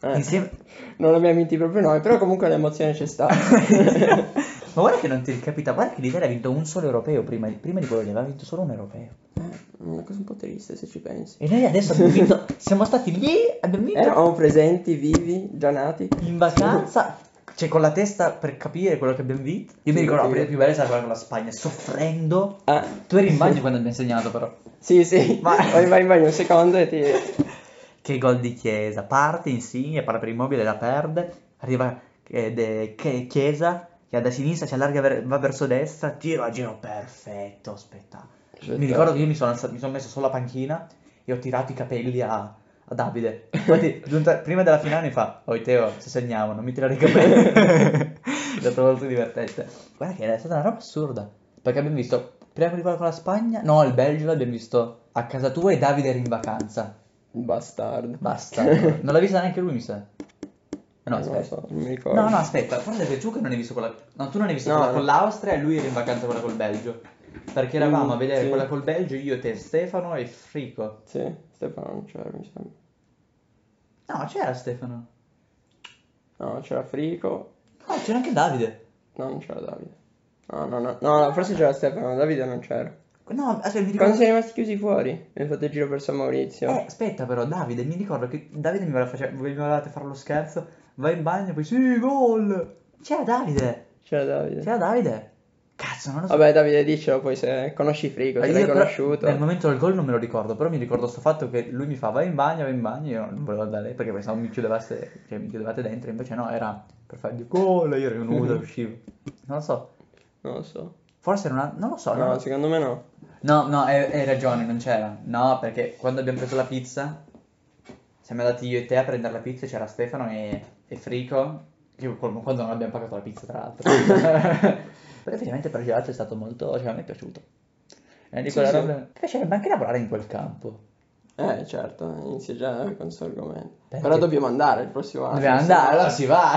Eh. Insieme... Non abbiamo vinti proprio noi, però comunque l'emozione c'è stata. Eh, Ma guarda che non ti capita, guarda che l'Italia ha vinto un solo europeo prima, prima di Bologna, aveva vinto solo un europeo. Eh, Una cosa un po' triste se ci pensi. E noi adesso abbiamo vinto, siamo stati lì, abbiamo vinto Eravamo presenti, vivi, già nati. in vacanza, cioè con la testa per capire quello che abbiamo vinto. Io mi ricordo la prima più bella è stata quella con la Spagna, soffrendo. Ah, Tu eri in bagno quando abbiamo segnato però. sì, sì. Ma- Vai, vai, vai, un secondo e ti... Che gol di Chiesa, parte Insigne, parla per Immobile, la perde, arriva eh, De- Che- Chiesa che da sinistra si allarga, ver- va verso destra, tiro a giro, perfetto, spettacolo. Mi ricordo che io mi sono, alzato- mi sono messo sulla panchina e ho tirato i capelli a, a Davide. Infatti, giunta- prima della finale mi fa, oi Teo, se segniamo, non mi tirare i capelli. È stato molto divertente. Guarda che è stata una roba assurda, perché abbiamo visto, prima di quella con la Spagna, no, il Belgio l'abbiamo visto a casa tua e Davide era in vacanza. Bastardo. Basta. Non l'ha vista neanche lui, mi sa. Eh, No, non lo aspetta. so, non mi ricordo. No, no, aspetta. Forse sei tu che non hai visto quella. No, tu non hai visto No, quella no. con l'Austria e lui era in vacanza quella col Belgio. Perché eravamo a Mm, vedere sì. quella col Belgio, io, te, Stefano e Frico. Sì, Stefano non c'era, mi sembra. No, c'era Stefano. No, c'era Frico. No, c'era anche Davide. No, non c'era Davide. No, no, no, no, no, forse c'era Stefano, Davide non c'era. No, aspetta, mi ricordo... Quando siamo rimasti chiusi fuori? Abbiamo fatto il giro per San Maurizio. Eh, aspetta però, Davide, mi ricordo che Davide mi voleva face- volevate fare lo scherzo, vai in bagno e poi sì, gol! C'era Davide! C'era Davide. C'era Davide! Cazzo, non lo so. Vabbè, Davide, dicelo poi se conosci Frigo, Ma se Eh, io l'hai però- conosciuto. Nel momento del gol non me lo ricordo, però mi ricordo sto fatto che lui mi fa vai in bagno, vai in bagno, io non volevo andare perché pensavo mi chiudevate, cioè, mi chiudevate dentro, invece no, era per fargli gol, io ero nudo, uscivo. Non lo so, Non lo so. forse non, ha- non lo so, No, no, secondo me no. no, no, hai, hai ragione, non c'era. No, perché quando abbiamo preso la pizza, siamo andati io e te a prendere la pizza, c'era Stefano e, e Frico, io col- quando non abbiamo pagato la pizza tra l'altro. Però effettivamente per gelato è stato molto, cioè a me è piaciuto. È una di Sì, quelle sì. robe- Mi piacerebbe anche lavorare in quel campo. Eh, certo, inizia già con questo argomento. Perché? Però dobbiamo andare il prossimo anno. Dobbiamo se andare, no- allora si va.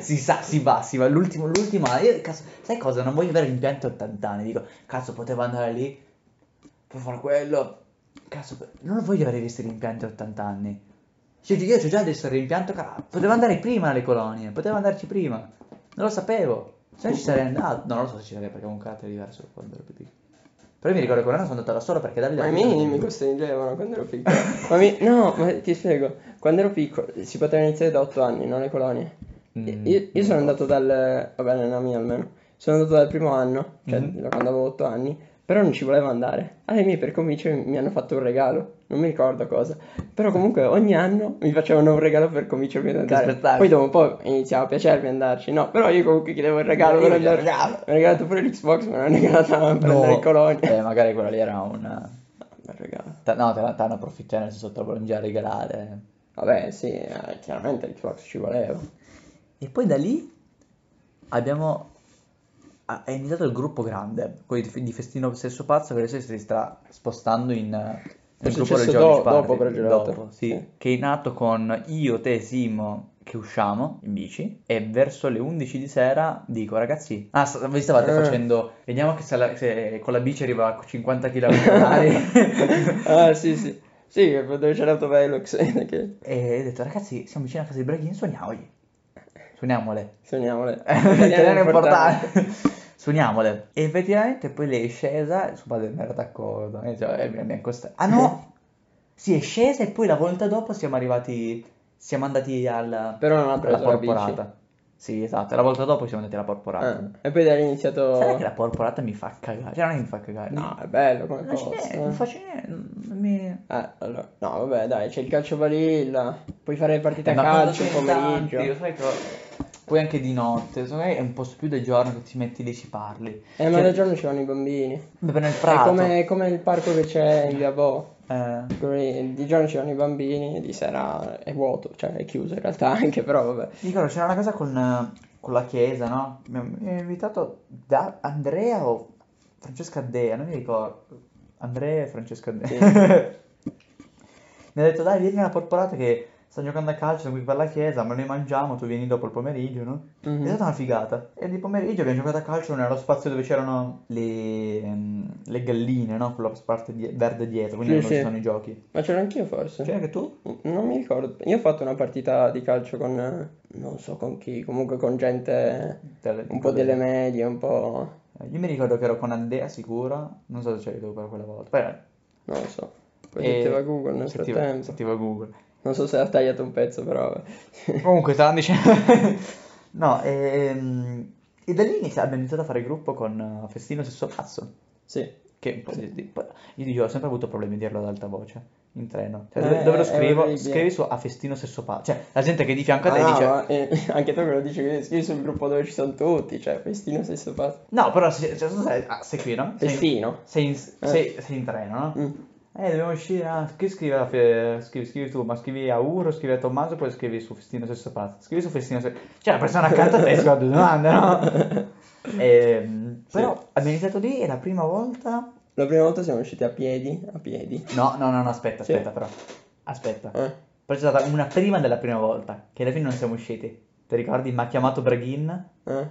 si sa, si va, si va. L'ultimo, l'ultimo. Io, cazzo, sai cosa? Non voglio avere impianto a 80 anni. Dico, cazzo, potevo andare lì. Poi fare quello. Cazzo, non voglio avere questi rimpianti a 80 anni. Cioè, io ho già adesso il rimpianto. ca- Potevo andare prima alle colonie. Potevo andarci prima. Non lo sapevo. Se no ci sarei andato. No, non lo so se ci sarei perché avevo un carattere diverso da quando ero più piccolo. Però mi ricordo che quell'anno sono andato da solo perché Davide Ma i aveva- miei mi costringevano quando ero piccolo. Ma mi- No, ma ti spiego. Quando ero piccolo si poteva iniziare da 8 anni, non le colonie. Io, Mm, io non sono so. andato dal... Vabbè, nella mia almeno. Sono andato dal primo anno, cioè Mhm. da quando avevo 8 anni. Però non ci volevo andare. Alle miei per cominciare mi hanno fatto un regalo. Non mi ricordo cosa. Però comunque ogni anno mi facevano un regalo per cominciarmi ad andare. spettacolo. Poi dopo un po' iniziava a piacermi andarci. No, però io comunque chiedevo il regalo Io per voglio il andare. regalo. Mi ha regalato pure l'Xbox, me l'hanno regalata per andare in colonia. Eh, magari quella lì era una. No, bel regalo. Ta- No, te te ne approfittare, nel senso te lo vogliono già regalare. Vabbè, sì, eh, chiaramente Xbox ci voleva. E poi da lì abbiamo... ha- È iniziato il gruppo grande, quelli di, di Festino Stesso Pazzo, che adesso si sta spostando in, nel È gruppo successo Regione do- Sparti, dopo Greggiolato. dopo, sì, Sì. che è nato con io, te, Simo, che usciamo in bici, e verso le 11 di sera dico, ragazzi, ah, sta- voi stavate Eh. facendo, vediamo che se, la- se con la bici arriva a 50 Ah, km/h. Ah, sì, sì. Sì, che dove c'è l'autovelox, che E ho detto, ragazzi, siamo vicini a casa di Breghini, suoniamoli. Suoniamole. suoniamole. Italiano Italiano è è importante. Eh, importante. Suoniamole. E effettivamente poi lei è scesa, e suo padre non era d'accordo. e cioè, eh, mi mi ha costa- Ah no! Si è scesa e poi la volta dopo siamo arrivati, siamo andati al, Però non ha alla preso la bici. porporata. Sì, esatto, la volta dopo siamo andati alla porporata. Ah, e poi da lì è iniziato... Sai che la porporata mi fa cagare? Cioè, non è che mi fa cagare. No, è bello come Non c'è cosa. niente, non faccio niente, non mi... Eh, allora, no, vabbè, dai, c'è il calcio balilla, puoi fare le partite Eh, a ma quando calcio, il sono pomeriggio. tanti, lo sai che- Poi anche di notte, secondo me è un posto più del giorno che ti metti lì e ci parli. Eh, Cioè, ma Esatto. da giorno ci vanno i bambini. beh, nel È prato. come, come il parco che c'è in via Bo. Eh, Quelli- Di giorno ci vanno i bambini, di sera è vuoto, cioè è chiuso in realtà anche, però vabbè. mi ricordo c'era una cosa con, eh, con la chiesa, no? Mi ha mi ha invitato da Andrea o Francesca Dea, non mi ricordo. Andrea e Francesca Dea. mi ha detto dai vieni alla porporata che sta giocando a calcio, siamo qui per la chiesa, ma noi mangiamo, tu vieni dopo il pomeriggio, no? Mhm. È stata una figata. E di pomeriggio abbiamo giocato a calcio nello spazio dove c'erano le, ehm, le galline, no? Quella parte die- verde dietro, quindi Sì, dove ci sì. sono i giochi. Ma c'ero anch'io forse? C'era anche tu? Non mi ricordo. Io ho fatto una partita di calcio con, eh, non so con chi, comunque con gente Te- un po' delle medie, un po'... Eh, Io mi ricordo che ero con Andrea sicuro, non so se c'eri tu per quella volta. Poi, non lo so. Poi eh, si attiva Google nel si attiva- frattempo. si attiva Google. Non so se ha tagliato un pezzo, però... vabbè. Comunque, stavano dicendo... No, ehm, e da lì inizia- abbiamo iniziato a fare gruppo con eh, Festino Sesso Pazzo. Sì. Che un po' di- di- poi- io dico, ho sempre avuto problemi a dirlo ad alta voce in treno. Cioè, Eh, dove, dove lo è scrivo? orribile. Scrivi su a festino sesso pa. Cioè, la gente che è di fianco a te Ah, dice. ma, eh, anche tu me lo dici, che scrivi sul gruppo dove ci sono tutti, cioè festino stesso fatto. No, però se, cioè, tu sei, ah, sei qui, no? Sei, Festino? Eh. sei in, sei- sei in treno, no? Mm. Eh, dobbiamo uscire. ah, chi scrive, alla fe- scrivi, scrivi tu, ma scrivi a Uro, scrivi a Tommaso, poi scrivi su Festino Sesso Pazzo. Scrivi su Festino Sesso Cioè, la persona accanto a te si fa due domande, Ah, no? Ehm, però abbiamo iniziato lì e la prima volta. La prima volta siamo usciti a piedi, a piedi. No, no, no, no, aspetta, Sì. aspetta, però. Aspetta. Eh. Poi c'è stata una prima della prima volta, che alla fine non siamo usciti. Ti ricordi? Mi ha chiamato Braghin, Eh.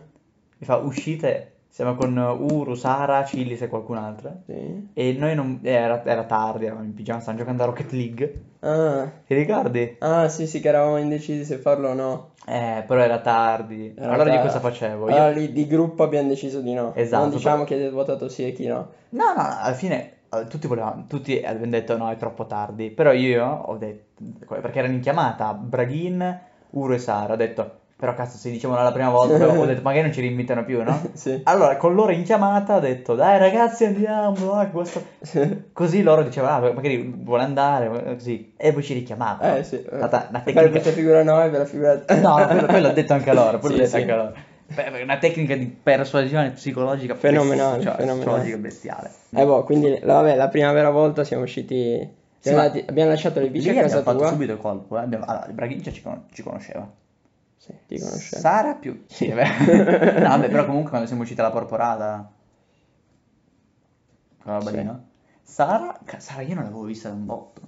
mi fa uscite, Siamo con Uru, Sara, Cillis e qualcun altro. Sì. E noi non... Era, era tardi, eravamo in pigiama, stavamo giocando a Rocket League. Ah, Ti ricordi? ah, sì, sì, che eravamo indecisi se farlo o no. Eh, però era tardi. Era Ah. Allora io da- cosa facevo? Io... Allora lì di gruppo abbiamo deciso di no. Esatto. Non diciamo chi ha votato sì e chi no. No, no, no, alla fine eh, tutti volevamo, tutti avevano detto no, è troppo tardi, però io ho detto, perché erano in chiamata, Braghin, Uro e Sara, ho detto, però cazzo se dicevano la prima volta, ho detto magari non ci rinvitano più, no? Sì. Allora, con loro in chiamata ho detto, dai ragazzi andiamo, ah, questo-". Eh, Così loro dicevano, ah, magari vuole andare, così, e poi ci richiamavano. Eh, sì. Stata una Per tecnica- questa figura no, è bella figura... No, quello, quello l'ho detto anche a loro, quello Sì, l'ho detto sì. anche a loro. Beh, beh, Una tecnica di persuasione psicologica Fenomenale, bestiale, fenomenale. psicologica bestiale. Eh boh, quindi la- vabbè, la prima vera volta siamo usciti... siamo ma- andati- abbiamo lasciato le bici Lì a casa abbiamo fatto tua. subito il colpo, eh. Abbiamo- Allora, Braghin già ci, con- ci conosceva. Sì, ti conoscevo. Sara più... Sì, vabbè. no, vabbè, però comunque quando siamo usciti alla Porporata... Con la roba lì, Sì. no? Sara... ca- Sara io non l'avevo vista da un botto.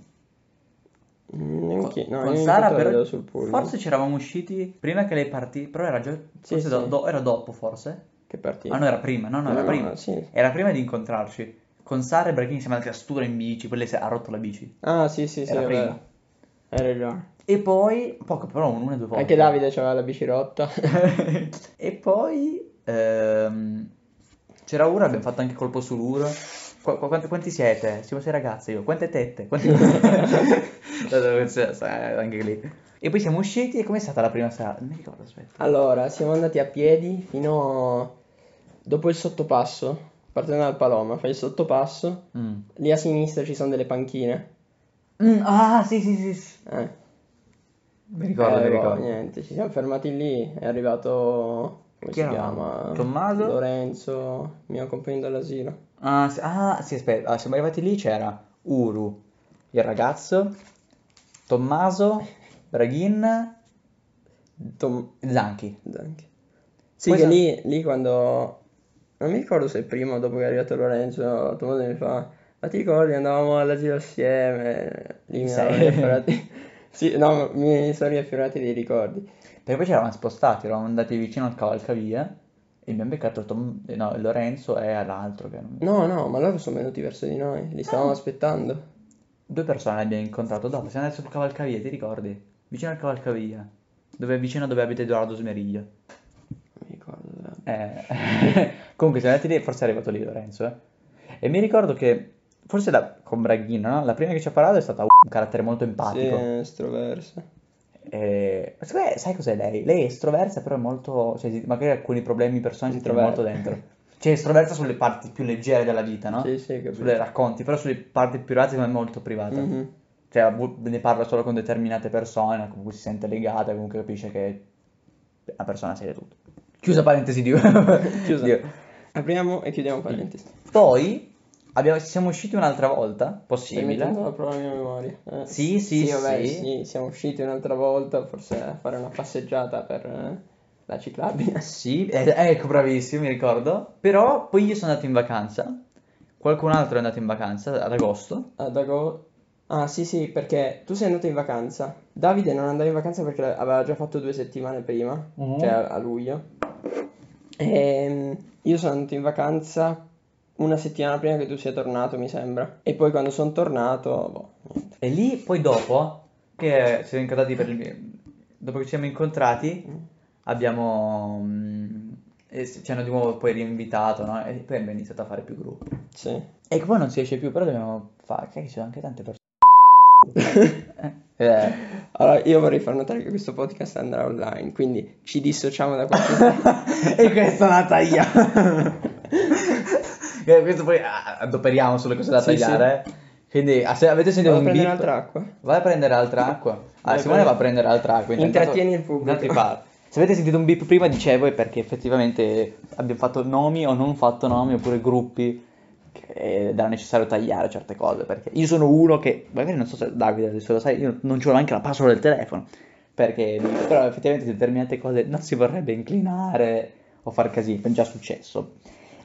Mm, neanche- no, con io Sara intanto la però... vedevo sul pullman. Forse ci eravamo usciti prima che lei partì, però era già... Sì, forse do- sì. do- era dopo, forse? Che partita. Ah no, era prima, no, no, era No, prima. sì. Era prima di incontrarci. Con Sara e Braghin siamo andati a Stura in bici, poi lei si è- ha rotto la bici. Ah, sì, sì, sì, Era è prima. vero. Hai ragione. E poi, poco però, una o due volte. Anche Davide c'aveva la bici rotta. E poi ehm, c'era Ura, abbiamo fatto anche colpo sull'Ura. Qu- qu- quanti, quanti siete? Siamo sei ragazze io. Quante tette? Quanti... eh, anche lì. E poi siamo usciti e com'è stata la prima serata? Non mi ricordo, aspetta. Allora, siamo andati a piedi fino dopo il sottopasso, partendo dal Paloma, fai il sottopasso, Mm. lì a sinistra ci sono delle panchine. Mm, ah, sì, sì, sì, sì. Eh, Mi ricordo, eh, mi boh, ricordo. niente, ci siamo fermati lì, è arrivato, come Chi si eravamo? chiama? Tommaso? Lorenzo, mio compagno dall'asilo. Ah, sì, ah, sì, aspetta. Allora, siamo arrivati lì, c'era Uru, il ragazzo, Tommaso, Braghin, Tom... Zanchi. Anche. Sì, Poi che sa- lì, lì quando... Non mi ricordo se prima o dopo che è arrivato Lorenzo, Tommaso mi fa, ma ti ricordi andavamo all'asilo assieme? Lì mi Sì. sono riaffiorati... Sì, no, mi sono riaffiorati dei ricordi. Perché poi ci eravamo spostati, eravamo andati vicino al cavalcavia e abbiamo beccato Tom- no, Lorenzo e l'altro che non... No, no, ma loro sono venuti verso di noi, li Ah. stavamo aspettando. Due persone le abbiamo incontrato dopo, siamo andati sul cavalcavia, ti ricordi? Vicino al cavalcavia, dove vicino dove abita Edoardo Smeriglio. Non mi ricordo. dove era. Eh, Comunque siamo andati lì e forse è arrivato lì Lorenzo, eh. E mi ricordo che, forse la- con Braghino, no? La prima che ci ha parlato è stata un carattere molto empatico. Sì, estroverso. Eh, ma secondo me, sai cos'è lei? Lei è estroversa, però è molto. Cioè, si- magari alcuni problemi personali si trovano molto Introversa. dentro. Cioè, è estroversa sulle parti più leggere della vita, no? Sì, sì, capito. Ah? Sulle racconti, però sulle parti più razze, secondo me, è molto privata. Mhm. Cioè, vu- ne parla solo con determinate persone, comunque si sente legata, comunque capisce che è una persona seria tutto. Chiusa parentesi di Chiusa. Dio. Apriamo e chiudiamo parentesi. Poi abbiamo- ci siamo usciti un'altra volta, Stai possibile. mettendo alla prova la mia memoria. Eh. Sì, sì, vabbè, sì. sì, siamo usciti un'altra volta, forse a fare una passeggiata per eh, la ciclabile. Sì, eh, ecco, bravissimo, mi ricordo. Però poi io sono andato in vacanza. Qualcun altro è andato in vacanza ad agosto. Ad ago- Ah, sì, sì, perché tu sei andato in vacanza. Davide non andava in vacanza perché aveva già fatto due settimane prima, Mhm. cioè a a luglio. Ehm, io sono andato in vacanza una settimana prima che tu sia tornato, mi sembra. E poi quando sono tornato, boh, niente. E lì, poi dopo, che ci siamo incontrati per il... Dopo che ci siamo incontrati, abbiamo... mm, e s- ci hanno di nuovo poi rinvitato, no? E poi abbiamo iniziato a fare più gruppi. Sì. E che poi non si esce più, però dobbiamo fare... Che ci sono anche tante persone. Eh, eh. Allora, io vorrei far notare che questo podcast andrà online, quindi ci dissociamo da qualche... E questa la tagliamo. Eh, Questo poi ah, adoperiamo sulle cose da Sì, sì. tagliare. eh. Quindi ah, se avete sentito Devo un prendere beep, un'altra acqua. vai a prendere altra acqua. Ah, Vai, Simone vai. va a prendere altra acqua. intanto- Intrattieni il pubblico. intanto vi parlo. Se avete sentito un beep prima, dicevo è perché effettivamente abbiamo fatto nomi o non fatto nomi oppure gruppi che- ed era necessario tagliare certe cose perché io sono uno che magari non so se Davide adesso lo sai io non c'ho neanche la password del telefono perché però effettivamente determinate cose non si vorrebbe inclinare o far casino è già successo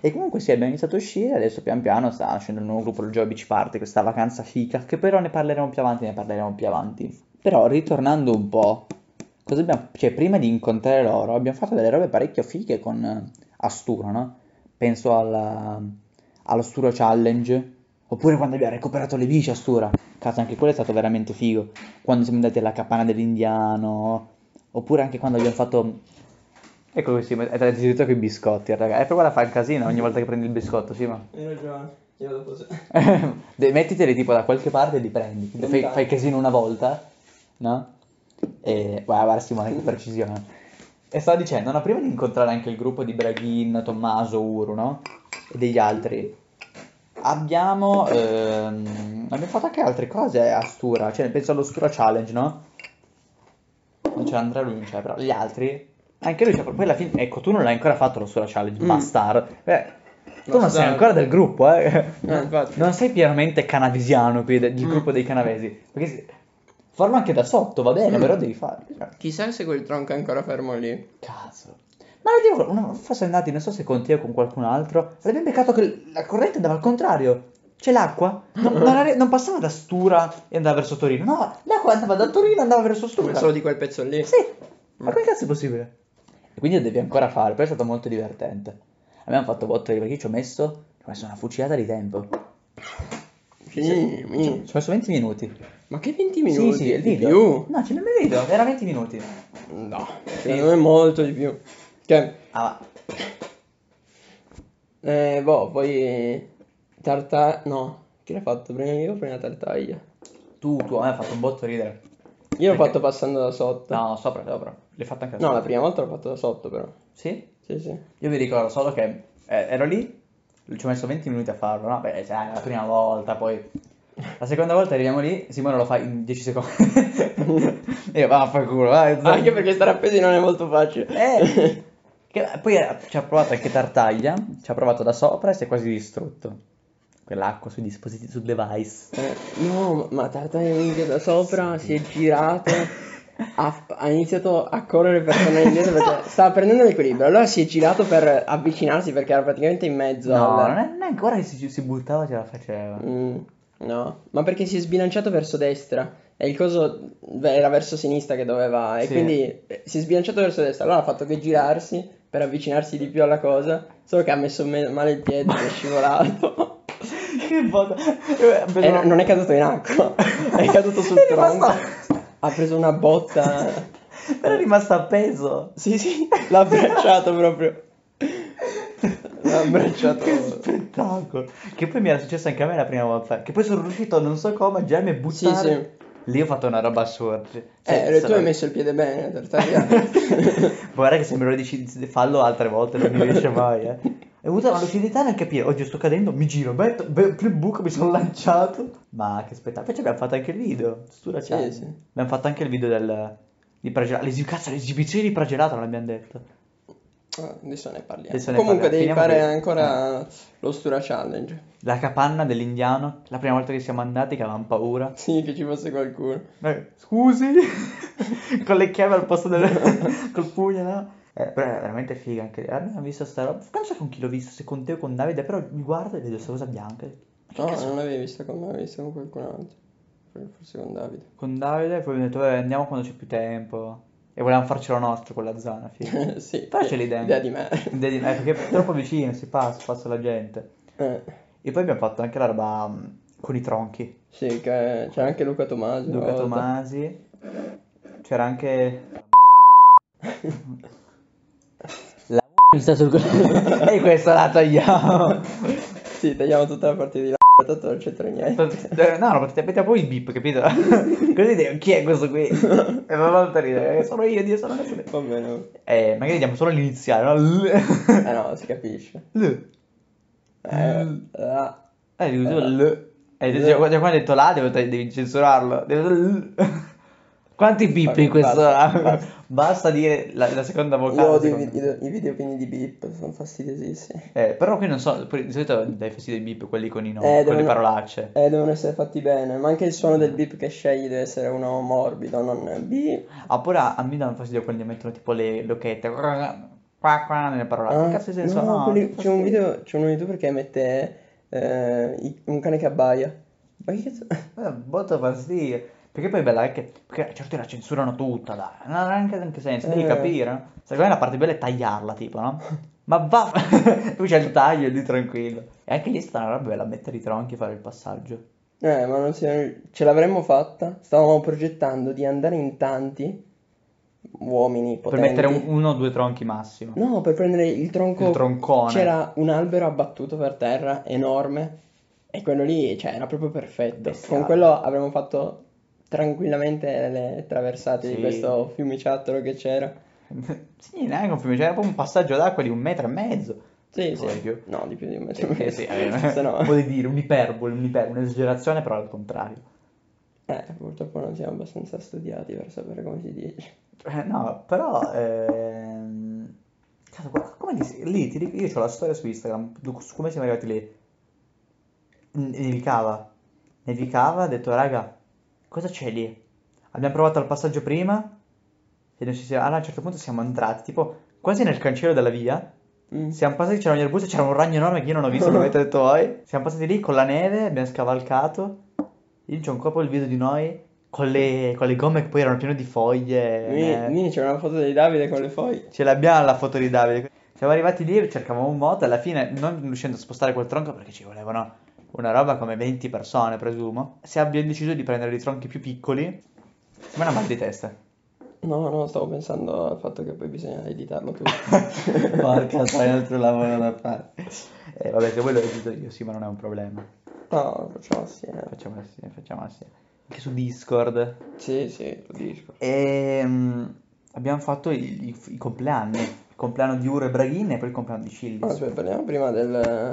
e comunque sì abbiamo iniziato a uscire adesso pian piano sta nascendo un nuovo gruppo il Joy Beach Party questa vacanza fica che però ne parleremo più avanti ne parleremo più avanti però ritornando un po' cosa abbiamo cioè prima di incontrare loro abbiamo fatto delle robe parecchio fighe con eh, Asturo no? penso alla, all'Ostura Challenge, oppure quando abbiamo recuperato le bici a Stura, cazzo anche quello è stato veramente figo, quando siamo andati alla Capanna dell'Indiano, oppure anche quando abbiamo fatto... Ecco così, è addirittura con i biscotti, raga, e prova a fare il casino ogni volta che prendi il biscotto, sì ma... Hai ragione, io dopo se... De- Mettiteli tipo da qualche parte e li prendi. Fai, Lontano. fai casino una volta, no? E guarda, guarda Simone, che precisione. E stavo dicendo, no, prima di incontrare anche il gruppo di Braghin, Tommaso, Uru, no? E degli altri. Abbiamo, ehm, abbiamo fatto anche altre cose a Stura, cioè penso allo Stura Challenge, no? Non c'era Andrea, lui non c'era, però gli altri... Anche lui c'è proprio alla fine... Ecco, tu non l'hai ancora fatto lo Stura Challenge, Mm. bastard. Beh, tu non sei Bastardo. ancora del gruppo, eh? Eh, infatti. Non sei pienamente canavesiano qui, del del Mm. gruppo dei canavesi. Perché se- farlo anche da sotto va bene, Mm. però devi farlo. Cioè, Chissà se quel tronco è ancora fermo lì. Cazzo. Ma lo dico, una- forse andati, non so se con te o con qualcun altro, avrebbe beccato che la corrente andava al contrario. C'è l'acqua? Non, non arri- non passava da Stura e andava verso Torino. No, l'acqua andava da Torino e andava verso Come Stura. solo di quel pezzo lì. Sì, ma come cazzo è possibile? E quindi lo devi ancora fare, però è stato molto divertente. Abbiamo fatto botte perché ci ho messo, ci ho messo una fucilata di tempo. Sì, mi- Ci ho messo 20 minuti. Ma che 20 Sì, minuti? sì, il di video. più? No, ce n'è mai video, era 20 minuti. No, secondo me Cioè, molto di più. Cioè, Ah, eh, boh, poi tartaglia... No, chi l'ha fatto? Prima io o prima tartaglia? tu, tu, a me ha fatto un botto ridere. Io l'ho Perché- Ah, fatto passando da sotto. No, sopra, sopra. L'hai fatto anche da No, sopra. la prima volta l'ho fatto da sotto però. Sì? Sì, sì. Io mi ricordo solo che eh, ero lì, ci ho messo 20 minuti a farlo, no? Beh, cioè, la prima volta, poi... La seconda volta arriviamo lì, Simone lo fa in 10 secondi. e vaffanculo, vai. Ma Anche perché stare appesi non è molto facile. Eh! Che- poi era- ci ha provato anche Tartaglia, ci ha provato da sopra e si è quasi distrutto. Quell'acqua sui dispositivi, sul device. Eh, no, ma Tartaglia minchia da sopra si è girato, ha, ha iniziato a correre per tornare indietro perché stava prendendo l'equilibrio. Allora si è girato per avvicinarsi perché era praticamente in mezzo No, al... non è, non è ancora che si, si buttava ce la faceva. Mm, no, ma perché si è sbilanciato verso destra e il coso beh, era verso sinistra che doveva e Sì. quindi eh, si è sbilanciato verso destra, allora ha fatto che girarsi per avvicinarsi di più alla cosa, solo che ha messo me- male il piede e è scivolato. che botta. E no- non è caduto in acqua, è caduto sul È rimasto- tronco, ha preso una botta, Era rimasto appeso. sì sì, l'ha abbracciato proprio, l'ha Che abbracciato. spettacolo. Che poi mi era successo anche a me la prima volta. Che poi sono riuscito, non so come, a girarmi e buttare. Lì ho fatto una roba assurda. Cioè, Eh, tu sarà- hai messo il piede bene, Tartaglia. Guarda che se me lo dici fallo altre volte non mi riesce mai, eh. Ho avuto la lucidità nel capire, oggi sto cadendo, mi giro, metto, beh, più buco, mi sono lanciato. Ma che spettacolo. Poi ci abbiamo fatto anche il video, stura Sì, challenge. sì. Abbiamo fatto anche il video del... di Pragelato, le, cazzo, le esibizioni di Pragelato non abbiamo detto. Ah, Adesso ne parliamo. Adesso ne Comunque parliamo. devi fare Finiamo qui. Ah. ancora lo Stura Challenge. La capanna dell'indiano, la prima volta che siamo andati che avevamo paura. Sì, che ci fosse qualcuno. Eh, Scusi, con le chiavi al posto del... col pugno, no? Eh, però è veramente figa anche. Allora, Abbiamo visto sta roba. Non so con chi l'ho visto, se con te o con Davide, però mi guardo e vedo questa cosa bianca. Ma che No, cazzo? non l'avevi visto con me, l'avevi visto con qualcun altro. Forse con Davide. Con Davide, poi abbiamo detto, "Eh, andiamo quando c'è più tempo. E volevamo farcelo nostro quella zona, figa. Sì, Però ce l'hai dentro. idea di me. Idea di- eh, perché è troppo vicino, si passa, passa la gente. Eh, E poi abbiamo fatto anche la roba mm, con i tronchi. sì, che c'era anche Luca Tomasi. una Luca volta. Tomasi. C'era anche... La mi sta sul... e questa la tagliamo. Sì, tagliamo tutta la parte di là, tanto non c'entra niente. No, no, potete mettere poi il bip, capito? Così dico, chi è questo qui? E una volta ridere, "Eh, sono io, Dio, sono io. Va bene. Eh, magari diamo solo l'iniziale, no? L. Eh no, si capisce. L. Eh, Mm. ah, Eh, devi usare L. Eh, già, già quando hai detto la, devo- devi, censurarlo. Devi usare L. Quanti bip in questo? Basta, basta. Basta dire la, la seconda vocale. io odio i secondo me. video, i video pieni di beep, sono fastidiosissimi. Eh, però qui non so, poi di solito dai fastidio ai bip quelli con i nomi, Eh, con le devono- parolacce. Eh, devono essere fatti bene, ma anche il suono del beep che scegli deve essere uno morbido, non beep. Oppure Ah, a a me danno fastidio quando mettono tipo le locchette. Qua qua nelle parolacce. Ah, che cazzo di senso? no, No, quelli- c'è un video, c'è uno youtuber che mette eh, i- un cane che abbaia. Ma che cazzo? Eh, Botta fastidio. Perché poi è bella anche. Perché a certi la censurano tutta, dai. Non ha neanche, neanche senso, devi Eh. capire. Secondo me la parte bella è tagliarla, tipo, no? Ma va, tu c'è il taglio lì tranquillo. E anche lì è stata una roba bella mettere i tronchi e fare il passaggio. Eh, ma non si- ce l'avremmo fatta? Stavamo progettando di andare in tanti, uomini Per mettere potenti. un- uno o due tronchi massimo. No, per prendere il tronco Il troncone. c'era un albero abbattuto per terra, enorme, e quello lì, cioè, era proprio perfetto. Bestiale. Con quello avremmo fatto tranquillamente le traversate di Sì. questo fiumiciattolo che c'era. Sì, neanche un fiume, c'era proprio un passaggio d'acqua di un metro e mezzo. Sì, Poi sì. più. No, di più di un metro e Sì, mezzo. sì, eh, Se no- voglio dire, un'iperbole, un'iper- un'esagerazione, però al contrario. Eh, purtroppo non siamo abbastanza studiati per sapere come si dice. Eh, no, però... ehm, Cazzo, guarda, come ti si- Lì, ti dico- io ho la storia su Instagram, du- su come siamo arrivati lì. N- Nevicava. Nevicava, ho detto, raga, cosa c'è lì? Abbiamo provato al passaggio prima, e non ci siamo... Allora a un certo punto siamo entrati, tipo, quasi nel cancello della via, Mm. Siamo passati, c'era un arbusto, c'era un ragno enorme che io non ho visto, come avete detto voi. Siamo passati lì con la neve, abbiamo scavalcato. Lì c'è un corpo il video di noi con le, con le gomme che poi erano piene di foglie. eh. Mi, mi c'è una foto di Davide con le foglie. Ce l'abbiamo la foto di Davide. Siamo arrivati lì, cercavamo un moto, alla fine non riuscendo a spostare quel tronco perché ci volevano una roba come 20 persone, presumo. Se abbiamo deciso di prendere dei tronchi più piccoli, ma una mal di testa. No, no, stavo pensando al fatto che poi bisogna editarlo tutto. Porca, sai altro lavoro da fare. Eh, vabbè, se voi lo edito io sì, ma non è un problema. No, lo facciamo assieme. Facciamo assieme, facciamo assieme. Anche su Discord. Sì, sì, lo dico. E mm, abbiamo fatto i, i- i compleanni. Il compleanno di Uro e Braghin e poi il compleanno di Cilli. Ma aspetta, parliamo prima del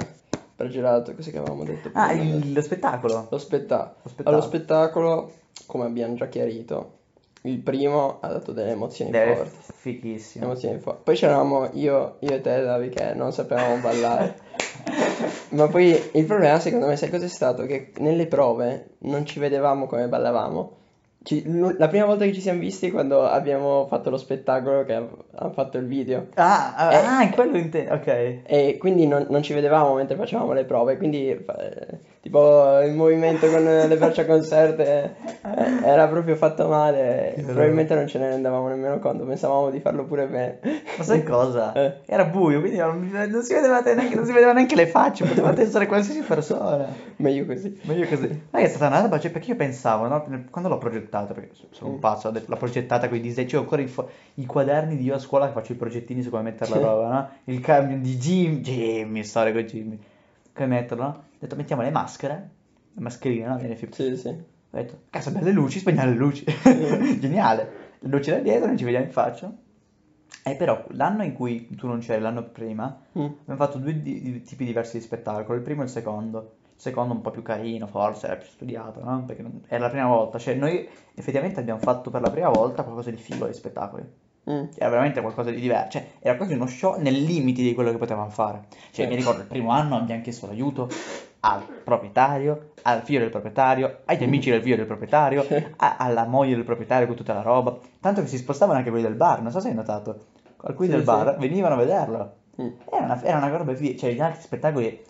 pregelato, cos'è che avevamo detto Ah, prima? il- lo spettacolo. Lo spettacolo. Lo spettacolo. Allo spettacolo, come abbiamo già chiarito, il primo ha dato delle emozioni Deve- forti. Eh, fighissimo. Emozioni forti. Poi c'eravamo io, io e te, Davi, che non sapevamo ballare. Ma poi il problema, secondo me, sai cos'è stato? Che nelle prove non ci vedevamo come ballavamo. Ci- l- la prima volta che ci siamo visti quando abbiamo fatto lo spettacolo, che ab- hanno fatto il video. Ah, ah, Eh. ah, in quello intendo. Ok. E quindi non, non ci vedevamo mentre facevamo le prove, quindi eh, tipo il movimento con le braccia concerte eh, era proprio fatto male, Che probabilmente non ce ne rendevamo nemmeno conto, pensavamo di farlo pure bene. Ma sai cosa? Eh. Era buio, quindi non, non si vedeva neanche, non si vedeva neanche le facce, potevate essere qualsiasi persona. Meglio così. Meglio così. Ma è stata una roba, cioè, perché io pensavo, no, quando l'ho progettata, perché so- sono un pazzo, ho detto, l'ho progettata con i disegni, cioè, ho ancora i, fo- i quaderni di io a scuola che faccio i progettini su come mettere la Sì. roba, no? Il camion di Jim, Jimmy, storia con Jimmy, come metterlo, no? Ho detto, mettiamo le maschere, le mascherine, no? NFP. Sì, sì. Ho detto, cazzo, belle luci, spegniamo le luci. Geniale. Le luci da dietro, non ci vediamo in faccia. E però l'anno in cui tu non c'eri, l'anno prima, Mm. abbiamo fatto due di- di- tipi diversi di spettacolo, il primo e il secondo. Il secondo un po' più carino, forse, era più studiato, no? Perché non- era la prima volta. Cioè, noi effettivamente abbiamo fatto per la prima volta qualcosa di figo agli spettacoli. Mm. Era veramente qualcosa di diverso, cioè era quasi uno show nel limite di quello che potevamo fare. Cioè, mi ricordo il primo anno abbiamo chiesto l'aiuto al proprietario, al figlio del proprietario, agli amici del figlio del proprietario, a- alla moglie del proprietario con tutta la roba. Tanto che si spostavano anche quelli del bar, non so se hai notato. Alcuni Sì, del sì. bar venivano a vederlo. Mm. Era una, era una roba figa, cioè gli altri spettacoli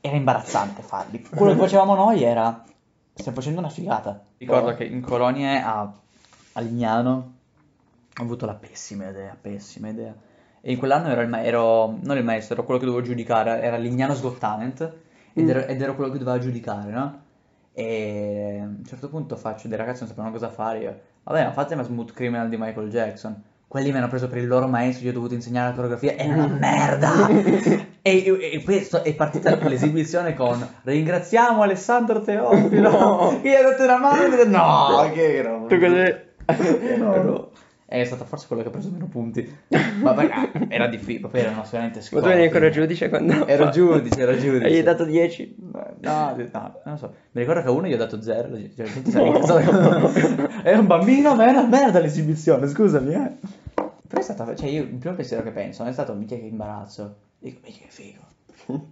era imbarazzante farli. Quello che facevamo noi era, stiamo facendo una figata. Ricordo che in colonie a, a Lignano ho avuto la pessima idea, pessima idea. E in quell'anno ero, il ma- ero- non il maestro, ero quello che dovevo giudicare, era Lignano's Got Talent ed Mm. ero, ed ero quello che doveva giudicare, no? E a un certo punto faccio, dei ragazzi non sapevano cosa fare, io, vabbè ma fatemi Smooth Criminal di Michael Jackson. Quelli mi hanno preso per il loro maestro, io ho dovuto insegnare la coreografia, è una Mm. merda! E, e- e poi sto- è partita l'esibizione con ringraziamo Alessandro Teofilo, No. che gli ha dato una mano, e ho detto, no, che roba! Tu cos'è? No, no. È stato forse quello che ha preso meno punti. Ma perché era difficile, poi erano solamente Ma tu scopi. eri ancora giudice quando... Ero giudice, ero giudice. E gli hai dato 10. No, no, non lo so. Mi ricordo che a uno gli ho dato zero. la gente- cioè, la gente si è incazzata. Era un bambino, ma era una merda l'esibizione, scusami, eh. Però è stata, cioè io il primo pensiero che penso è stato mica che imbarazzo. Dico, mica che figo.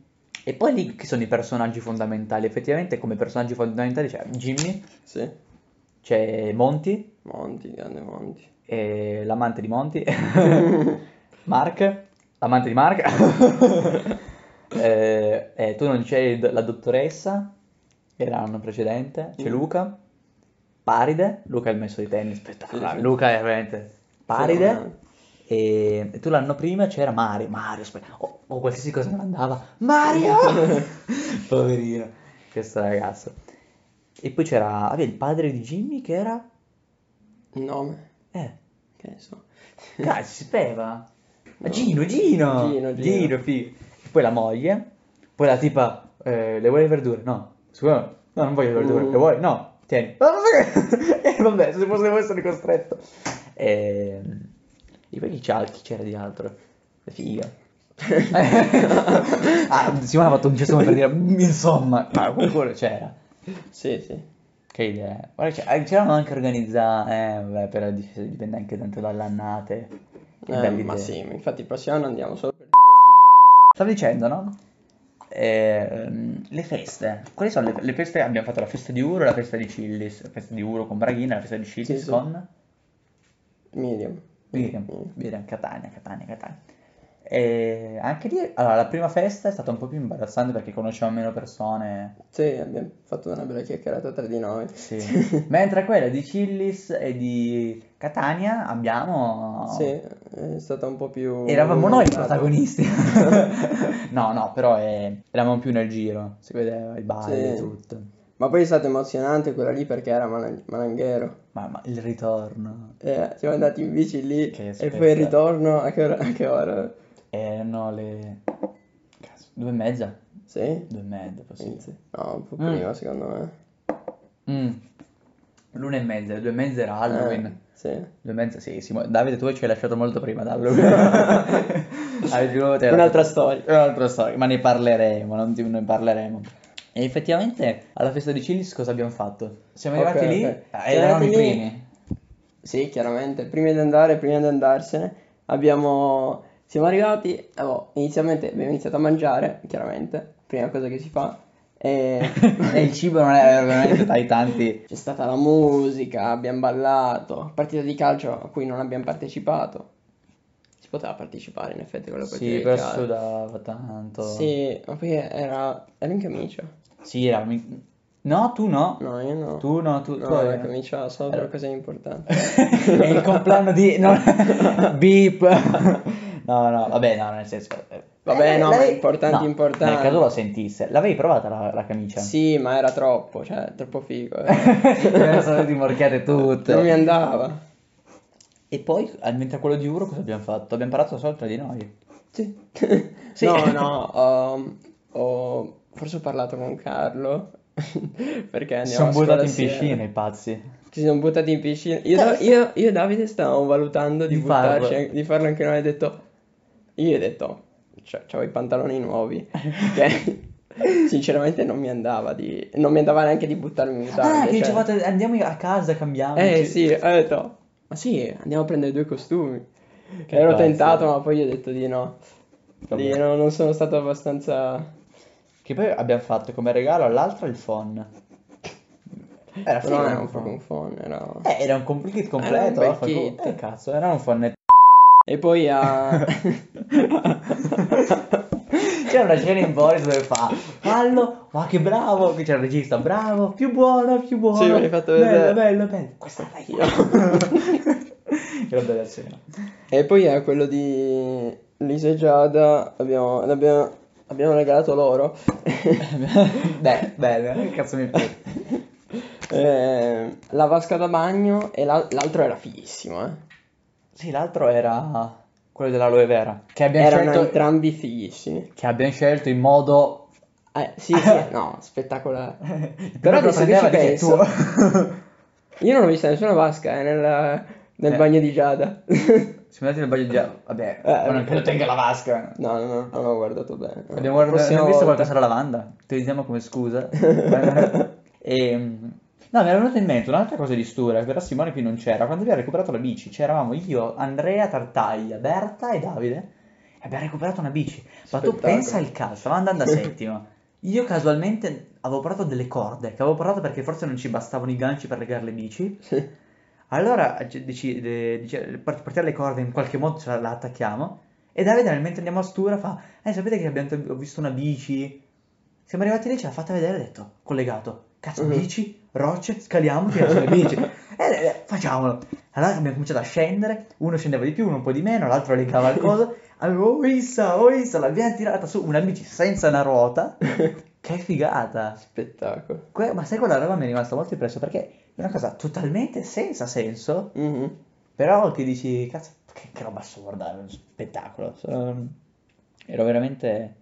E poi lì che sono i personaggi fondamentali, effettivamente come personaggi fondamentali c'è Jimmy, Sì. c'è Monty, Monti, grande Monti. e l'amante di Monti, Mark, l'amante di Mark, Eh, eh, tu non c'eri d- la dottoressa, che era l'anno precedente, c'è Mm. Luca, Paride, Luca è il messo di tennis, spettacolare, Sì, sì. Luca è veramente Paride, Fenomenale. E e tu l'anno prima c'era Mario, Mario, spe- o, o qualsiasi cosa non andava, Mario! Poverino, questo ragazzo. E poi c'era, vabbè, il padre di Jimmy che era, Il nome, eh, che ne so. cazzo, si sapeva. Ma No. Gino, Gino! Gino, Gino. figo. Poi la moglie, poi la tipa, eh, le vuoi le verdure? No, scusa, no, non voglio le verdure, Mm. le vuoi? No, tieni. Ma perché? E vabbè, se fosse- devo essere costretto. Ehm, E poi chi c'ha- chi c'era di altro? La figa. ah, Simone ha fatto un gesto come per dire, "Mm, insomma, ma qualcuno c'era. Sì, sì. Che idea. Guarda, c'è- eh, c'erano anche organizzati, eh, vabbè, però dif- dipende anche tanto dall'annate. Che Eh, belle ma idee. sì, infatti il prossimo anno andiamo solo per... Stavo dicendo, no? Ehm, le feste. Quali sono le, le feste? Abbiamo fatto la festa di Uro, la festa di Cillis, la festa di Uro con Braghina, la festa di Cillis sì. con Medium. Miriam. Mm. Miriam, Catania, Catania, Catania. E anche lì, allora, la prima festa è stata un po' più imbarazzante perché conoscevamo meno persone. Sì, abbiamo fatto una bella chiacchierata tra di noi. Sì. Mentre quella di Cillis e di Catania abbiamo... Sì, è stata un po' più... Eravamo noi i movimentata. protagonisti. No, no, però eh, eravamo più nel giro, si vedeva i balli e Sì. tutto. Ma poi è stata emozionante quella lì perché era Malan- Malanghero. Ma, ma il ritorno. Eh, siamo andati in bici lì Che e poi il spettacolo. ritorno a che ora? A che ora? Erano eh, le... Cazzo, due e mezza? Sì? Due e mezza, possibile. Sì. No, un po' Mm. prima secondo me. Mm. L'una e mezza, le due e mezza era Eh, Halloween. sì. Due e mezza, sì, Simo- Davide, tu ci hai lasciato molto prima da Halloween. Hai ricevuto te la- Un'altra storia. Un'altra storia, ma ne parleremo, non ti- ne parleremo. E effettivamente alla festa di Cilis cosa abbiamo fatto? Siamo Ok, arrivati lì, ok. eh, Siamo erano arrivati i lì. primi. Sì, chiaramente, prima di andare, prima di andarsene, abbiamo... siamo arrivati, eh, boh, inizialmente abbiamo iniziato a mangiare, chiaramente, prima cosa che si fa, e E il cibo non era veramente dai tanti. c'è stata la musica, abbiamo ballato, partita di calcio a cui non abbiamo partecipato, si poteva partecipare in effetti con la partita Sì, di però calcio, sudava tanto. cioè, sì, ma poi era, era in camicia, Sì, era... mi- No, tu no. no, io no, Tu no, tu, tu no, la avevi- camicia sopra, cosa importante, È il compleanno di... No, beep. No, no, vabbè, no, nel senso... eh, Vabbè, no, lei- ma è importante, no, importante. nel caso lo sentisse. L'avevi provata la, la camicia? sì, ma era troppo, cioè, troppo figo, eh. Erano state rimorchiate tutte. Non mi andava. E poi, al- mentre quello di Uro, cosa abbiamo fatto? Abbiamo parlato solo tra di noi. Sì. Sì. No, no, um, ho- forse ho parlato con Carlo perché andiamo Si sono a scuola buttati in assieme. piscina, i pazzi. Ci siamo buttati in piscina. Io, Cioè, da- io- io e Davide stavamo valutando di Di farlo. buttarci, an- di farlo anche noi. Ho detto, io ho detto, "C'ho- c'ho i pantaloni nuovi. Cioè, sinceramente non mi andava di, non mi andava neanche di buttarmi in mutande. Ah, che cioè. dicevate, andiamo a casa, cambiamoci. Eh sì, ho detto, ma sì, andiamo a prendere due costumi. Che Ero cazzo. tentato, ma poi ho detto di no. Vabbè. Di no, non sono stato abbastanza... Che poi abbiamo fatto come regalo all'altra il phon. Era figo, Però non no? era un fucking phone, era... Eh, era un compl- kit completo. Era un va, bel fa- kit. Eh, cazzo, era un phon. E poi a... C'è una scena in Boris dove fa fallo, ma che bravo, qui c'è il regista, bravo, più buono, più buono. Sì, me l'hai fatto bello, vedere. bello, bello. Questa la fai io. Che bella scena. e poi a quello di Lisa e Giada abbiamo, l'abbiamo- abbiamo regalato loro. Beh, bene, che cazzo mi fai? Eh, la vasca da bagno e la- l'altro era fighissimo, eh. Sì, l'altro era quello dell'aloe vera, che abbiamo Erano scelto entrambi fighissimi. che abbiamo scelto in modo Eh, sì, sì, no, spettacolare. Però adesso adesso che ci penso- tuo. Io non ho visto nessuna vasca eh, nella- nel Eh. bagno di Giada. no, Siamo andati nel bagno di... Vabbè, Eh, ma non credo tenga la vasca. no, no, non ho guardato bene. La Abbiamo, guardato, prossima abbiamo visto Eh, volta. qualcosa alla lavanda, utilizziamo come scusa. e, mm, no, mi era venuta in mente un'altra cosa di Stura, però Simone qui non c'era. Quando abbiamo recuperato la bici, c'eravamo io, Andrea, Tartaglia, Berta e Davide, e abbiamo recuperato una bici. Ma tu Spettacolo. pensa al caso, stavamo andando a settimo. Io casualmente avevo portato delle corde, che avevo portato perché forse non ci bastavano i ganci per legare le bici. Allora c- decide, dice, part- partiamo le corde in qualche modo ce la, la attacchiamo. E Davide, nel- mentre andiamo a Stura, fa: Eh, sapete che abbiamo ho visto una bici? Siamo arrivati lì, ce l'ha fatta vedere, ho detto: collegato. Cazzo, Mhm. bici, rocce, scaliamo, tiriamo sulle bici. Eh, eh, facciamolo. Allora abbiamo cominciato a scendere, uno scendeva di più, uno un po' di meno, l'altro legava il coso. Avevo, oh Issa, oh Issa, l'abbiamo tirata su una bici senza una ruota. Che figata! Spettacolo. Que- ma sai quella roba mi è rimasta molto impressa perché è una cosa totalmente senza senso, Mhm. però ti dici, cazzo, che, che roba assurda, è uno spettacolo. Sono- Ero veramente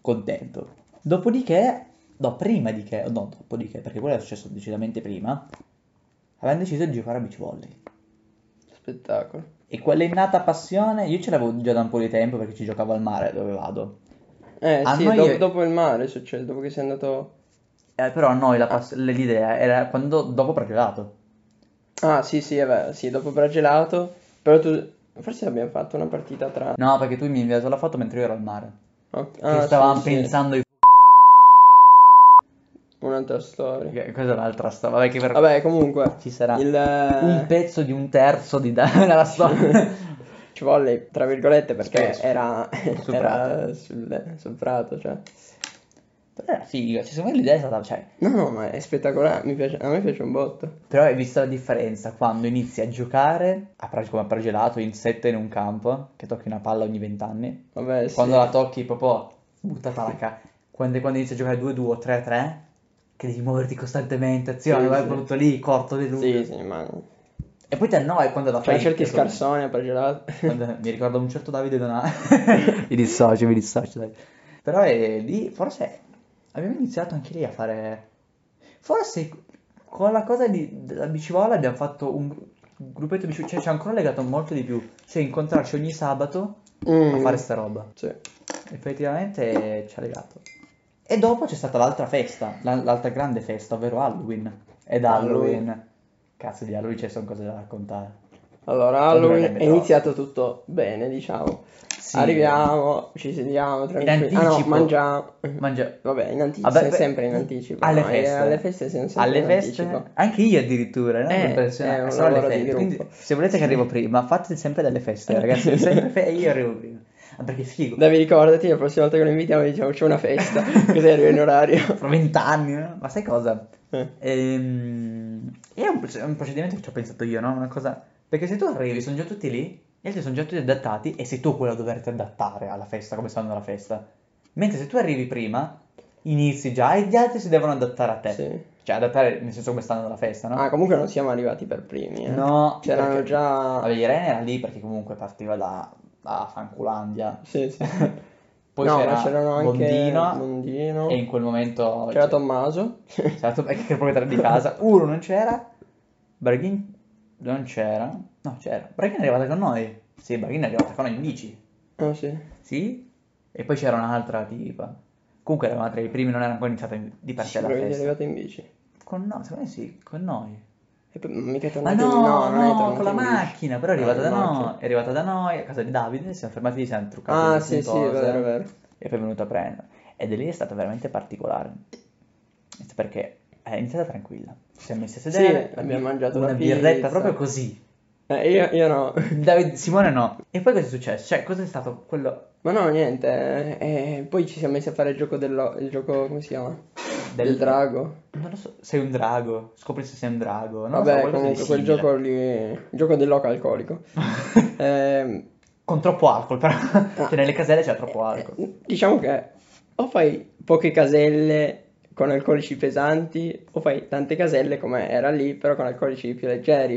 contento. Dopodiché, no, prima di che, no, dopodiché, perché quello è successo decisamente prima, avevamo deciso di giocare a beach volley. Spettacolo. E quell'innata passione, io ce l'avevo già da un po' di tempo perché ci giocavo al mare dove vado. Eh A sì, noi do- è- dopo il mare succede, dopo che sei andato... Eh, però a noi la pass- l'idea era quando, dopo pragelato. Ah sì sì, vabbè, sì, dopo Bragelato, però tu... Forse abbiamo fatto una partita tra... No, perché tu mi hai inviato la foto mentre io ero al mare. Ok, Che ah, stavamo sì, sì, pensando di... Un'altra storia. Che- Questa è un'altra storia. Vabbè, che per- Vabbè, comunque, ci sarà il... un pezzo di un terzo di dare alla storia. Ci volle, tra virgolette, perché Spesso. era, Sul era sul, sul prato, cioè. Però era figa, cioè, secondo me l'idea è stata... Cioè, No, no, ma è spettacolare, mi piace, a me piace un botto. però hai visto la differenza quando inizi a giocare, a pra- come a pragelato, in sette in un campo, che tocchi una palla ogni vent'anni. Vabbè, sì. Quando la tocchi proprio buttata la ca... Quando, quando inizi a giocare 2-2 o 3-3, che devi muoverti costantemente, azione, Sì, vai sì. brutto lì, corto di lungo. Sì, sì, ma... E poi ti annoi quando la Cioè, fai... cerchi secondo me. scarsone per gelato. Quando- mi ricordo un certo Davide Donà. mi dissocio, mi dissocio, dai. Però eh, lì forse abbiamo iniziato anche lì a fare... Forse con la cosa di, della bicivola abbiamo fatto un gru- un gruppetto bici, cioè ci ha ancora legato molto di più. Cioè incontrarci ogni sabato a Mm, fare sta roba. sì. Effettivamente eh, ci ha legato. E dopo c'è stata l'altra festa, la- l'altra grande festa, ovvero Halloween. Ed Halloween. Cazzo di Halloween, ci sono cose da raccontare. Allora, Non Halloween dovrebbe è troppo. iniziato tutto bene, diciamo. Sì. Arriviamo, ci sediamo, tranquilli. Ah no, anticipo. mangiamo. Mangia... Vabbè, in anticipo, Vabbè, beh, sempre in anticipo. alle no, eh, feste. alle feste siamo sempre Alle in feste, anticipo. anche io addirittura, no? Eh, Per pensionare, è un sono alle lavoro di feste, gruppo. quindi se volete che arrivo prima, fate sempre delle feste, ragazzi, sempre fe- io arrivo prima. Ah, perché è figo, Devi ricordati, la prossima volta che lo invitiamo diciamo c'è una festa, così arriva in orario. fra vent'anni, no? Ma sai cosa? Eh, Ehm, è, un, proce- è un procedimento che ci ho pensato io, no? Una cosa... Perché se tu arrivi, sono già tutti lì, gli altri sono già tutti adattati, e sei tu quello a doverti adattare alla festa, come stanno alla festa. Mentre se tu arrivi prima, inizi già, e gli altri si devono adattare a te. sì. Cioè, adattare nel senso come stanno alla festa, no? Ah, comunque non siamo arrivati per primi, eh. No, C'erano perché- già... Vabbè, Irene era lì perché comunque partiva da, da Fanculandia. Sì, sì. Poi No, c'era ma c'erano anche Bondino, Bondino. e in quel momento C'era Tommaso. c'era Tom- Cioè, che era il proprietario di casa. Uno non c'era, Berghin non c'era. No, c'era. Berghin è arrivata con noi. Sì, Berghin è arrivata con noi in bici. Ah, sì. Sì? E poi c'era un'altra tipa. Comunque eravamo tra i primi, non era ancora iniziata in- di per sé la Sicuro che è festa. arrivato in bici. Con noi, secondo me sì, con noi. E poi- ma mica è Ma tornato in- no, no, non è no, tornato con la in bici. macchina, però è Ah, arrivata da in noi, macchina. è arrivata da noi, a casa di Davide, siamo fermati lì, siamo truccati Ah, tutte sì, le sì, cose, vero, vero. e poi è venuto a prendere. Ed è lì è stata veramente particolare, perché è iniziata tranquilla, ci siamo messi a sedere, Sì, abbiamo mangiato una la birretta pizza. proprio così, Eh, io, io no. Davide, Simone no. E poi cosa è successo? Cioè, cosa è stato quello Ma no, niente. eh, eh, poi ci siamo messi a fare il gioco dello... Il gioco, come si chiama? del... Del drago. Non lo so, sei un drago, scopri se sei un drago, non lo so, Vabbè, qualcosa di comunque quel simile. gioco lì, il gioco del loco alcolico. Ehm, Con troppo alcol, però, Ah. cioè nelle caselle c'era Eh, troppo alcol. diciamo che o fai poche caselle con alcolici pesanti, o fai tante caselle come era lì, però con alcolici più leggeri,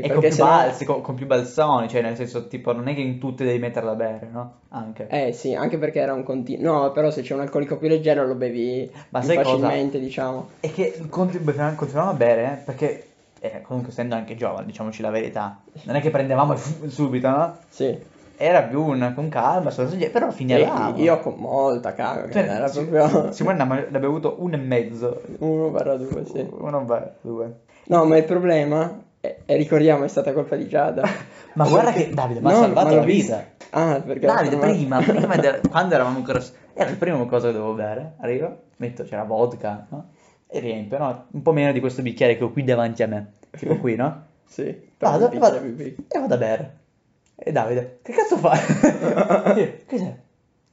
E perché con più sennò- balzi, con, con più balzoni, cioè nel senso tipo non è che in tutte devi metterla da bere, no? Anche. Eh sì, anche perché era un continuo. No, però se c'è un alcolico più leggero lo bevi Ma più sai cosa? facilmente, diciamo. E che conti- continuavamo a bere, eh, perché eh, comunque essendo anche giovani, diciamoci la verità, non è che prendevamo e fu- subito, no? Sì. Era più un con calma, sulla soglia- però finiamo. E io con molta calma, Cioè, era si- proprio Simone ne ha ne ha bevuto uno e mezzo, 1/2, sì. uno va- due. No, ma il problema, e e ricordiamo, è stata colpa di Giada. Ma guarda che Davide mi ha No, salvato ma l'ho la vita. vista. Ah, perché... Davide, era- prima, prima del- quando eravamo ancora... Era il primo cosa che dovevo bere. Arrivo, metto, c'era vodka, no? E riempio, no? Un po' meno di questo bicchiere che ho qui davanti a me. Tipo qui, no? Sì, Vado, pipì, vado, pipì. e vado a bere. E Davide, che cazzo fai? Io, che c'è?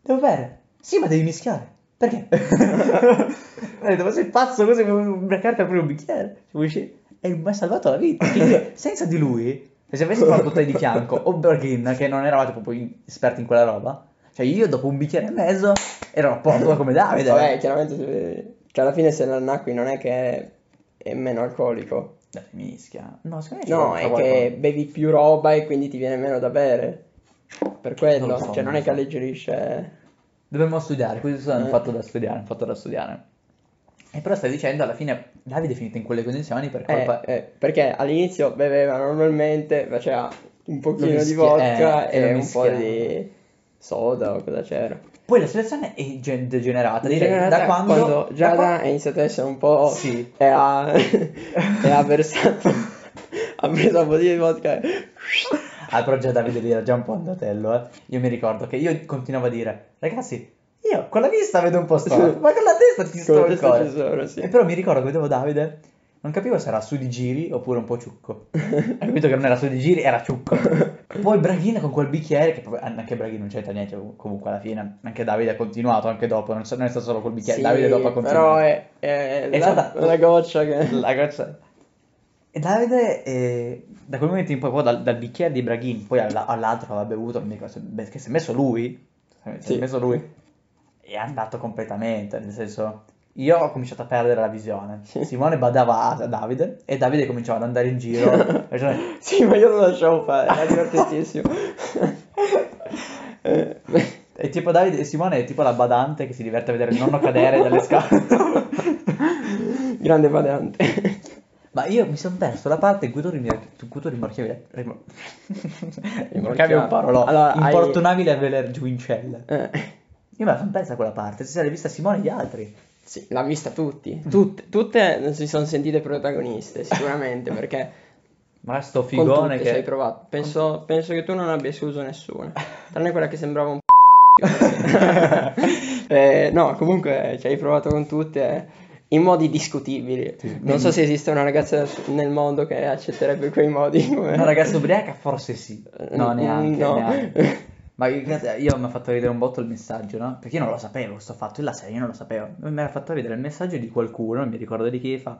Devo bere? Sì, ma devi mischiare. Perché? Ho detto, ma sei pazzo Cioè, così per beccarti a primo bicchiere? Ci vuoi uscire? E mi ha salvato la vita. Quindi, senza di lui E se avessi fatto te di fianco o Bergin, che non eravate proprio in- esperti in quella roba, cioè io dopo un bicchiere e mezzo ero a posto come Davide. Vabbè, chiaramente, se- cioè, alla fine se l'annacqui non è che è, è meno alcolico. Dai, mischia. No, secondo me c'è No, qualcosa- è che bevi più roba e quindi ti viene meno da bere. Per quello, Non lo so, cioè non non lo è che so. alleggerisce. Dobbiamo studiare, questo è un Eh. fatto da studiare, un fatto da studiare. E però stai dicendo, alla fine Davide è finito in quelle condizioni per Eh, colpa... eh, perché all'inizio beveva normalmente, faceva un pochino mischia- di vodka eh, lo e un po' mischiava. di soda o cosa c'era. Poi la situazione è gen- degenerata, direi, Cioè, da quando... da Giada qua- è iniziato a essere un po'... Sì. E ha, e ha versato... ha preso un po' di vodka e... Ah, però già Davide lì era già un po' andatello, eh. Io mi ricordo che io continuavo a dire, ragazzi, io con la vista vedo un po' storto, ma con la testa ci Con sto la il testa cuore. ci sono, sì. E però mi ricordo che vedevo Davide, non capivo se era su di giri oppure un po' ciucco. Hai capito che non era su di giri, era ciucco. Poi Braghin con quel bicchiere, che proprio- anche Braghin non c'entra niente comunque alla fine, anche Davide ha continuato, anche dopo, non, so- non è stato solo col bicchiere, Sì, Davide dopo ha però continuato. è, è È la, stata- Esatto. la goccia che... La goccia. E Davide, eh, da quel momento in poi, poi dal, dal bicchiere di Braghin, poi alla- all'altro che aveva bevuto, mi ricordo, se- beh, che si è messo lui, si è Sì. messo lui, è andato completamente, nel senso, io ho cominciato a perdere la visione. Sì. Simone badava a a Davide e Davide cominciava ad andare in giro. e cioè, Sì, ma io lo lasciavo fare, era divertentissimo. Eh, E tipo Davide e Simone è tipo la badante che si diverte a vedere il nonno cadere dalle scale. Grande badante. Ma io mi sono perso la parte in cui tu, rim- in cui tu rimorchiavi, rim- rimorchiavi Rimorchiavi. un parolò, Allora, hai- importunavi le veler giù in cella. Eh, Io me la sono persa quella parte, si sarebbe vista Simone e gli altri. sì, l'ha vista tutti. Mm. Tutte, tutte si sono sentite protagoniste, sicuramente, perché Ma sto con figone tutte che... ci hai provato. Penso, penso che tu non abbia escluso nessuna, tranne quella che sembrava un Eh, no, comunque ci hai provato con tutte eh, in modi discutibili. Sì. Non so se esiste una ragazza nel mondo che accetterebbe quei modi. come- Una ragazza ubriaca forse sì. No, Mm, neanche, no. neanche. Ma io, io mi ha fatto ridere un botto il messaggio, no? Perché io non lo sapevo, sto fatto, io la serie io non lo sapevo. Mi ha fatto ridere il messaggio di qualcuno, non mi ricordo di chi, fa...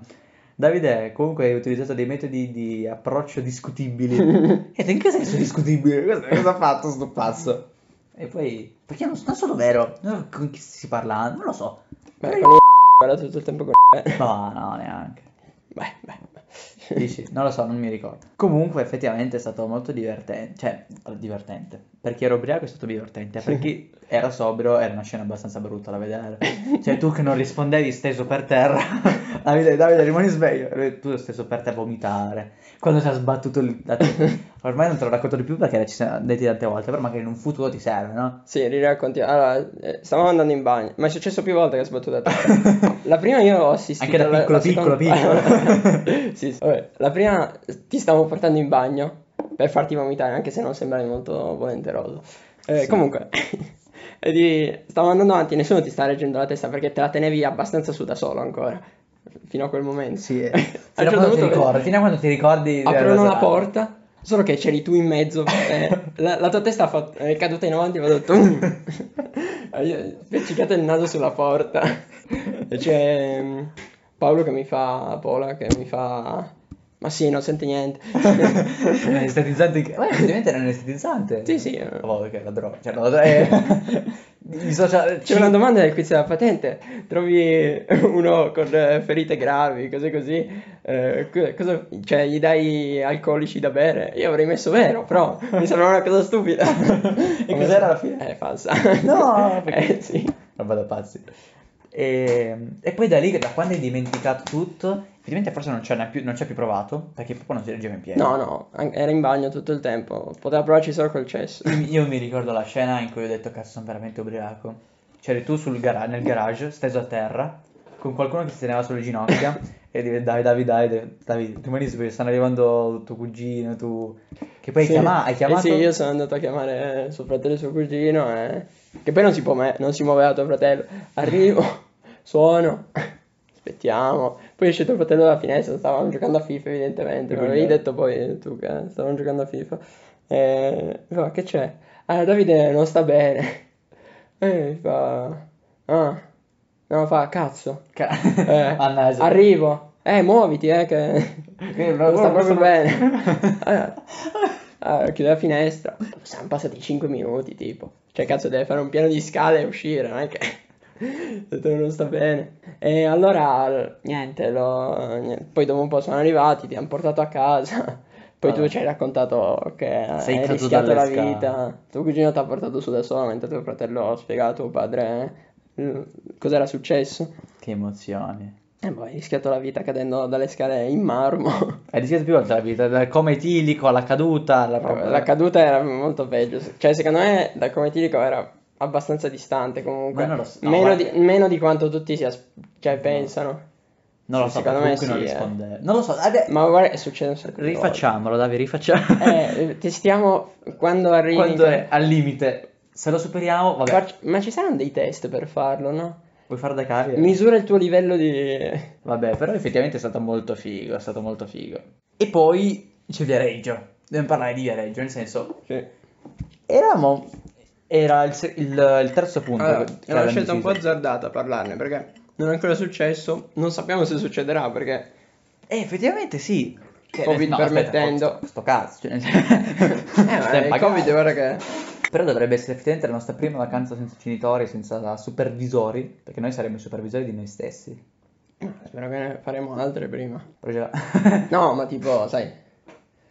Davide, comunque hai utilizzato dei metodi di approccio discutibili. E ho detto, in che senso discutibile? Cosa, cosa ha fatto sto pazzo? E poi... Perché non, non so dov'ero, non so con chi si parla, non lo so. Beh, con il era tutto il tempo con il No, no, neanche. Beh, beh, beh. Dici? Non lo so, non mi ricordo. Comunque, effettivamente è stato molto divertente. Cioè, divertente. Per chi era ubriaco è stato divertente. Per chi era sobrio era una scena abbastanza brutta da vedere. Cioè, tu che non rispondevi steso per terra. Davide, Davide, rimani sveglio. E lui- Tu steso per te a vomitare. Quando si è sbattuto il... la- Ormai non te lo racconto di più perché ci siamo detti tante volte, però magari in un futuro ti serve, no? Sì, riracconti. Allora, eh, stavamo andando in bagno, ma è successo più volte che è sbattuta a terra. La prima io ho assistito. Anche da alla- alla piccolo, seconda- piccolo, sì, sì. Vabbè, la prima eh, ti stavo portando in bagno per farti vomitare, anche se non sembravi molto volenteroso. Eh, Sì. Comunque, e di- stavo andando avanti, nessuno ti sta reggendo la testa perché te la tenevi abbastanza su da solo ancora. Fino a quel momento. Sì, eh. A Fino un a certo quando ti punto- ricordi, fino a quando ti ricordi... aprono la della- porta, solo che c'eri tu in mezzo, eh, la, la tua testa ha fatto- è caduta in avanti e vado tum, Hai spiccicato il naso sulla porta. E C'è mm, Paolo che mi fa, Paola che mi fa, ma sì, non sente niente. un anestetizzante in- ma effettivamente era un anestetizzante Sì, eh. sì. oh, ok la droga cioè la droga è... i social C'è una domanda del quiz della patente, trovi uno con eh, ferite gravi, cose così, eh, co- cosa- cioè gli dai alcolici da bere? Io avrei messo vero, però mi sembra una cosa stupida. E cos'era alla fine? Eh, falsa. No, perché- eh, sì. roba da pazzi e... e poi da lì da quando hai dimenticato tutto effettivamente forse non c'è più non ci hai più provato perché proprio non si reggeva in piedi No, no, an- era in bagno tutto il tempo, poteva provarci solo col cesso. Io mi- Io mi ricordo la scena in cui ho detto cazzo sono veramente ubriaco. C'eri tu sul gara- nel garage, steso a terra, con qualcuno che si teneva sulle ginocchia e dice dai Davide, dai, Davide, rimani sveglio, stanno arrivando tuo cugino, tu... Che poi hai, Sì. chiama- hai Eh chiamato... sì, io sono andato a chiamare eh, suo fratello e suo cugino, eh, che poi non si, può me- non si muoveva tuo fratello. Arrivo, suono, aspettiamo. Poi esce tuo fratello dalla finestra, stavamo giocando a FIFA evidentemente, E me quindi- l'avevi detto poi eh, tu che stavamo giocando a FIFA. Eh, mi fa, che c'è? Ah, Davide non sta bene. E mi fa, ah, no, fa, cazzo. Ca- Eh, Mannaggia. arrivo. Eh, muoviti, eh, che... Quindi, non sta questo- proprio bene. Eh, eh, chiudi la finestra. Siamo passati 5 minuti, tipo. Cioè, cazzo, deve fare un piano di scale e uscire, non è che... Ho detto, non sta bene. E allora, niente, lo- niente. Poi dopo un po' sono arrivati, ti hanno portato a casa. Poi tu Vabbè. ci hai raccontato che Sei hai caduto rischiato dalle la scale. vita. Tuo cugino ti ha portato su da solo, mentre tuo fratello ha spiegato a tuo padre eh, cos'era successo. Che emozioni. E poi Eh, hai rischiato la vita cadendo dalle scale in marmo. Hai rischiato più volte la vita, dal coma etilico alla caduta, alla propria... Eh, La caduta era molto peggio. Cioè, secondo me, da come ti dico, era abbastanza distante comunque. Ma non lo so, no, Meno di, guarda. meno di quanto tutti si as- cioè, pensano. Non lo Sì, so, secondo me comunque non sì, eh. risponde. Non lo so, vabbè, Ma guarda, è successo un sacco di rifacciamolo, Davide, rifacciamo. volte. Eh, testiamo quando arrivi. Quando è al limite, se lo superiamo, vabbè, Farci- Ma ci saranno dei test per farlo, no? puoi fare da carica. Misura il tuo livello di. Vabbè, però effettivamente è stato molto figo, è stato molto figo. E poi c'è Viareggio. Dobbiamo parlare di Viareggio, nel senso... Sì. Eravamo... Era il, se- il- il terzo punto. Allora, che è una avevamo Ah, scelta un po' deciso. azzardata parlarne perché non è ancora successo, non sappiamo se succederà perché Eh, effettivamente sì. Cioè, Covid no, aspetta, permettendo. Sto, sto cazzo. Cioè, eh, ma Cioè, il pagare. Covid guarda che Però dovrebbe essere effettivamente la nostra prima vacanza senza genitori, senza supervisori, perché noi saremmo i supervisori di noi stessi. spero che ne faremo altre prima. Però già- No, ma tipo, sai,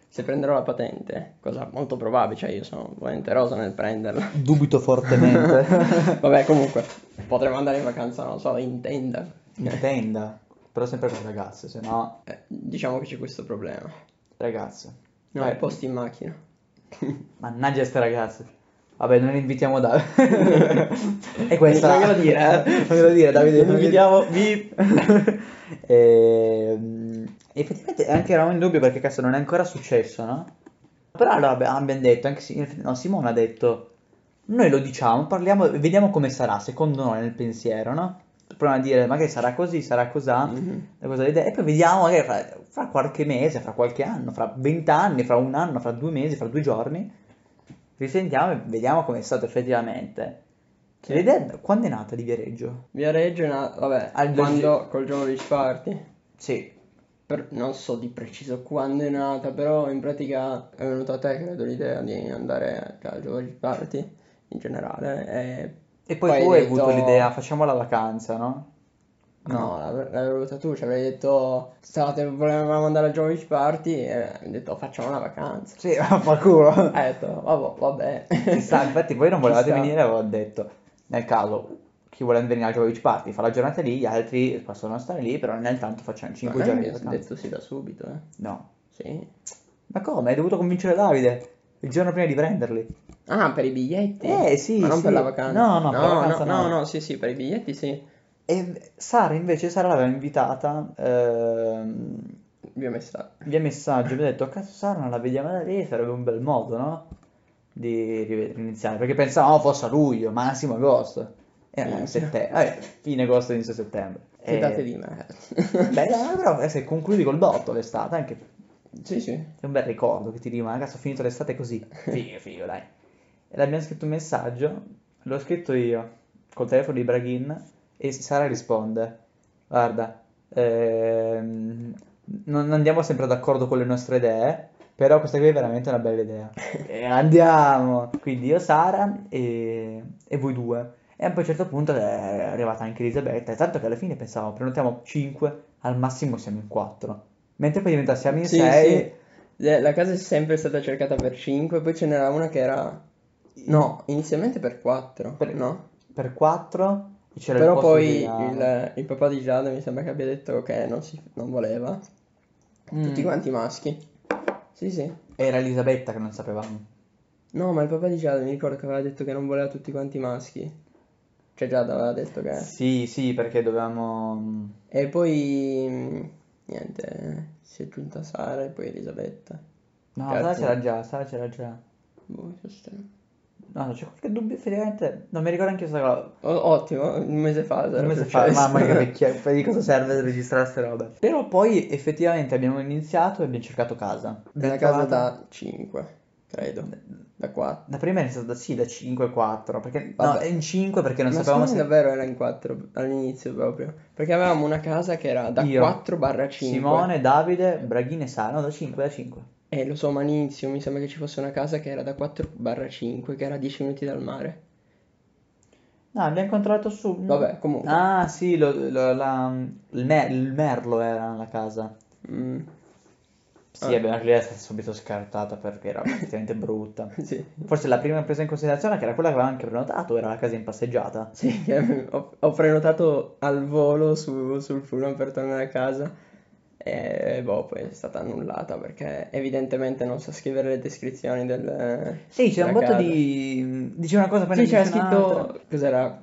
se prenderò la patente, cosa molto probabile, cioè io sono volenteroso nel prenderla. Dubito fortemente. Vabbè, comunque, potremmo andare in vacanza, non so, in tenda. In tenda. Però sempre con ragazze, se no... Eh, diciamo che c'è questo problema. Ragazze. No, Eh, posti in macchina. Mannaggia ste ragazze. Vabbè, non invitiamo Davide. e questa... Non glielo dire, eh. Non glielo dire, Davide. Non Non invitiamo... Ehm, Effettivamente anche eravamo in dubbio perché cazzo non è ancora successo, no? Però allora abbi- abbiamo detto, anche si- no, Simone ha detto, noi lo diciamo, parliamo, vediamo come sarà, secondo noi nel pensiero, no? Proviamo a dire magari sarà così, sarà cosà, Mhm. e cosa vedete? E poi vediamo magari fra, fra qualche mese, fra qualche anno, fra vent'anni, fra un anno, fra due mesi, fra due giorni, risentiamo e vediamo com'è stato effettivamente. Sì. L'idea, quando è nata di Viareggio? Viareggio, è una- vabbè, Al due- quando col giorno Beach Party. Sì, Per- non so di preciso quando è nata, però in pratica è venuta a te, credo, l'idea di andare a Giorgio Beach Party in generale. E... E poi, Poi tu hai hai detto- avuto l'idea, facciamo la vacanza, no? No, l'ave- l'avevi voluta tu, ci avevi detto, state, volevamo andare al Giorgio Beach Party e hai detto facciamo una vacanza. Sì, fa culo. Hai detto, vabbè, vabbè. Ci sta, infatti voi non Ci volevate sta. venire, avevo detto, nel caso, chi vuole venire al Gioco Beach Party fa la giornata lì, gli altri possono stare lì, però nel tanto facciamo 5 Ma giorni io di ho vacanza. detto sì da subito, eh. No. Sì. Ma come? Hai dovuto convincere Davide il giorno prima di prenderli. Ah, per i biglietti? Eh, sì, Ma non sì. per la vacanza. No, no, per la no, vacanza no, no. no, sì, sì, per i biglietti sì. E Sara invece, Sara l'aveva invitata ehm, Vi ho messo. via messaggio, mi ha detto, cazzo Sara non la vediamo da lì, sarebbe un bel modo, no? Di rivedere, iniziare, perché pensavo "Oh, fosse a luglio, massimo agosto. Era Minchia. settembre, vabbè, fine agosto, inizio settembre. Che E- date di merda. Beh, dai, però eh, se concludi col botto l'estate, anche Sì, sì. è un bel ricordo che ti rimane, cazzo ho finito l'estate così, figo, figo, dai. E le abbiamo scritto un messaggio, l'ho scritto io, col telefono di Braghin, e Sara risponde, guarda, ehm, non andiamo sempre d'accordo con le nostre idee, però questa qui è veramente una bella idea. E andiamo! Quindi io, Sara e, e voi due. E poi a un certo punto è arrivata anche Elisabetta, e tanto che alla fine pensavamo, prenotiamo 5, al massimo siamo in 4. Mentre poi diventa siamo in Sì, 6... sì. Le- La casa è sempre stata cercata per 5, poi ce n'era una che era... No, inizialmente per 4, Per- no? per 4 c'era il Però posto poi di Milano. il, il papà di Giada mi sembra che abbia detto che non, si, non voleva. Mm. Tutti quanti maschi. Sì, sì. Era Elisabetta che non sapevamo. No, ma il papà di Giada mi ricordo che aveva detto che non voleva tutti quanti maschi. Cioè Giada aveva detto che... Sì, sì, perché dovevamo... E poi... mm, Niente, si è giunta Sara e poi Elisabetta. No, Cazzo. Sara c'era già, Sara c'era già. Boh, che strano. No, c'è qualche dubbio, effettivamente. Non mi ricordo anche io sta cosa. O- ottimo, un mese fa Un sarà mese fa, successo. mamma che vecchia, poi di cosa serve registrare queste robe? Però poi effettivamente abbiamo iniziato e abbiamo cercato casa. È una Abbiamo casa trovato- da 5, credo. da 4. La prima è iniziata da, sì, da 5-4, perché... No, Vabbè. è in 5 perché non Ma sapevamo secondo se... me davvero era in 4 all'inizio proprio. Perché avevamo una casa che era da Io, 4 barra 5. Simone, Davide, Braghine e Sara, no, da 5, da 5. Eh, lo so, ma all'inizio mi sembra che ci fosse una casa che era da 4 barra 5, che era a 10 minuti dal mare. No, l'ho incontrato su... Vabbè, comunque. Ah, sì, lo- lo- la- il, mer- il merlo era la casa. Mm, Sì, Ah. vabbè, anche lì è stata subito scartata perché era effettivamente brutta. sì. Forse la prima presa in considerazione, che era quella che avevamo anche prenotato, era la casa in passeggiata. Sì, che ho, ho prenotato al volo su- sul pullman per tornare a casa e boh, poi è stata annullata perché evidentemente non sa scrivere le descrizioni del... Sì, c'era un della botto casa. di... Diceva una cosa, poi Sì, ne c'era diceva un'altra. scritto, cos'era,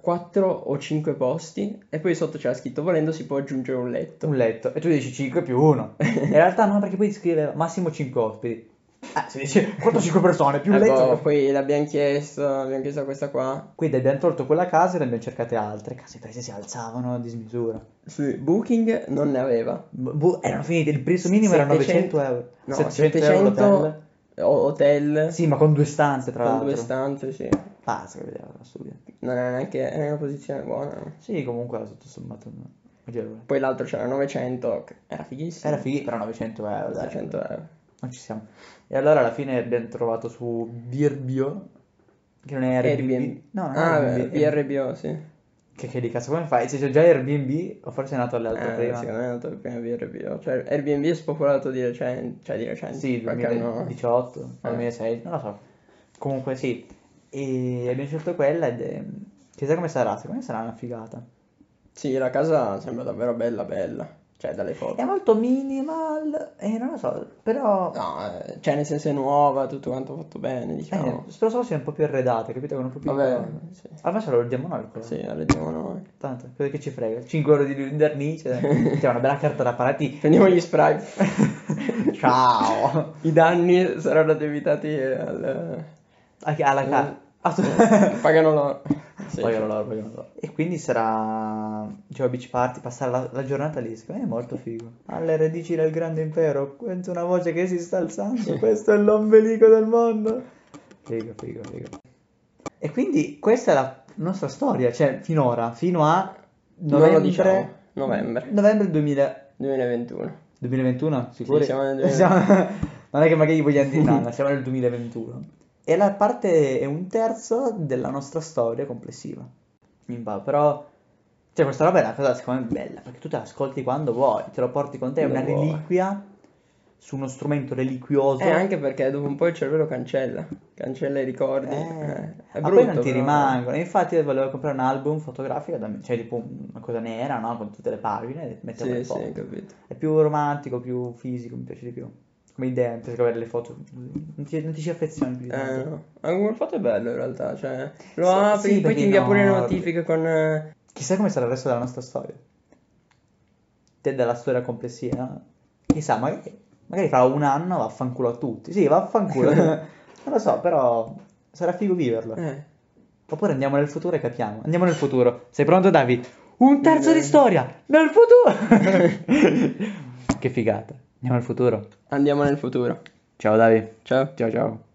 4 o 5 posti e poi sotto c'era scritto volendo si può aggiungere un letto. Un letto. E tu dici 5 più 1. In realtà no, perché poi scriveva massimo 5 ospiti. Ah, si dice 4-5 persone, più un Eh, letto. boh, poi l'abbiamo chiesto, abbiamo chiesto a questa qua. Quindi abbiamo tolto quella casa e ne abbiamo cercate altre. Case, i prezzi si alzavano a dismisura. Sì, Booking non ne aveva. Bu- bu- erano finiti, il prezzo minimo era 700 900 euro. No, 700 euro 700 l'hotel. o- hotel Sì, ma con due stanze, tra con due l'altro. stanze, sì. Pazzo che vedeva la studia. Non era neanche era una posizione buona. no? Sì, comunque era tutto sommato un- agevole. Poi l'altro c'era 900, che era fighissimo. Era fighi, però 900 euro, dai. 900 euro. Non ci siamo. E allora alla fine abbiamo trovato su Birbio, che non è Airbnb. Airbnb. No, no, Ah, Airbnb. beh, BRBO, sì. Che, che di cazzo come fai? Se c'è già Airbnb, o forse è nato alle altre Eh, prima? secondo me è andato prima BRBO. Cioè, Airbnb è spopolato di recente, cioè di recente, Sì, qualche anno. 2018, Eh. 2006, non lo so. Comunque sì, e abbiamo scelto quella ed è... Chissà come sarà, secondo me sarà una figata. Sì, la casa sembra davvero bella bella, cioè dalle È foto. molto minimal, e non lo so, però... No, eh, cioè nel senso è nuova, tutto quanto fatto bene, Eh, diciamo. spero solo sia un po' più arredata, capito? Con un po' più... Vabbè, sì. Allora ce lo diamo noi, quello. Sì, la vediamo noi. Tanto, quello che ci frega. 5 euro di vernice, cioè una bella carta da parati. Prendiamo gli spray. Ciao! I danni saranno debitati al... Anche alla carta. Pagano loro. Eh. Sì, Pagano loro, pagano loro. E quindi sarà Joe Beach Party, passare la, la giornata lì, secondo me è molto figo. Alle radici del grande impero, sento una voce che si sta alzando, questo è l'ombelico del mondo. Figo, figo, figo. E quindi questa è la nostra storia, cioè finora, fino a Non novembre, lo diciamo. Novembre. novembre 2000 2021. 2021, sicuri? siamo nel Siamo- Non è che magari vogliamo dire no, no, siamo nel 2021. E la parte è un terzo della nostra storia complessiva. In ba- però... Cioè, questa roba è una cosa, secondo me, bella, perché tu te l'ascolti quando vuoi, te lo porti con te, è Quando una vuoi. reliquia su uno strumento reliquioso. Eh, anche perché dopo un po' il cervello cancella, cancella i ricordi. Eh, eh, è ma brutto, poi non ti però. rimangono. Infatti, io volevo comprare un album fotografico, da me- cioè tipo una cosa nera, no? Con tutte le pagine, mettevo le Sì, foto. sì, capito. È più romantico, più fisico, mi piace di più. Come idea, mi piace avere le foto. Non ti, non ti ci affezioni più di Eh, tanto. no. Ma come foto è bello in realtà, cioè lo Sì, apri, sì, poi perché ti invia pure le no, notifiche con... eh, Chissà come sarà il resto della nostra storia. Te della storia complessiva. no? Chissà, magari, magari fra un anno vaffanculo a tutti. Sì, vaffanculo. non lo so, però sarà figo viverlo. eh. Oppure andiamo nel futuro e capiamo. Andiamo nel futuro. Sei pronto, Davi? Un terzo di Eh. storia nel futuro. che figata. Andiamo al futuro. Andiamo nel futuro. Ciao, Davi. Ciao. Ciao, ciao.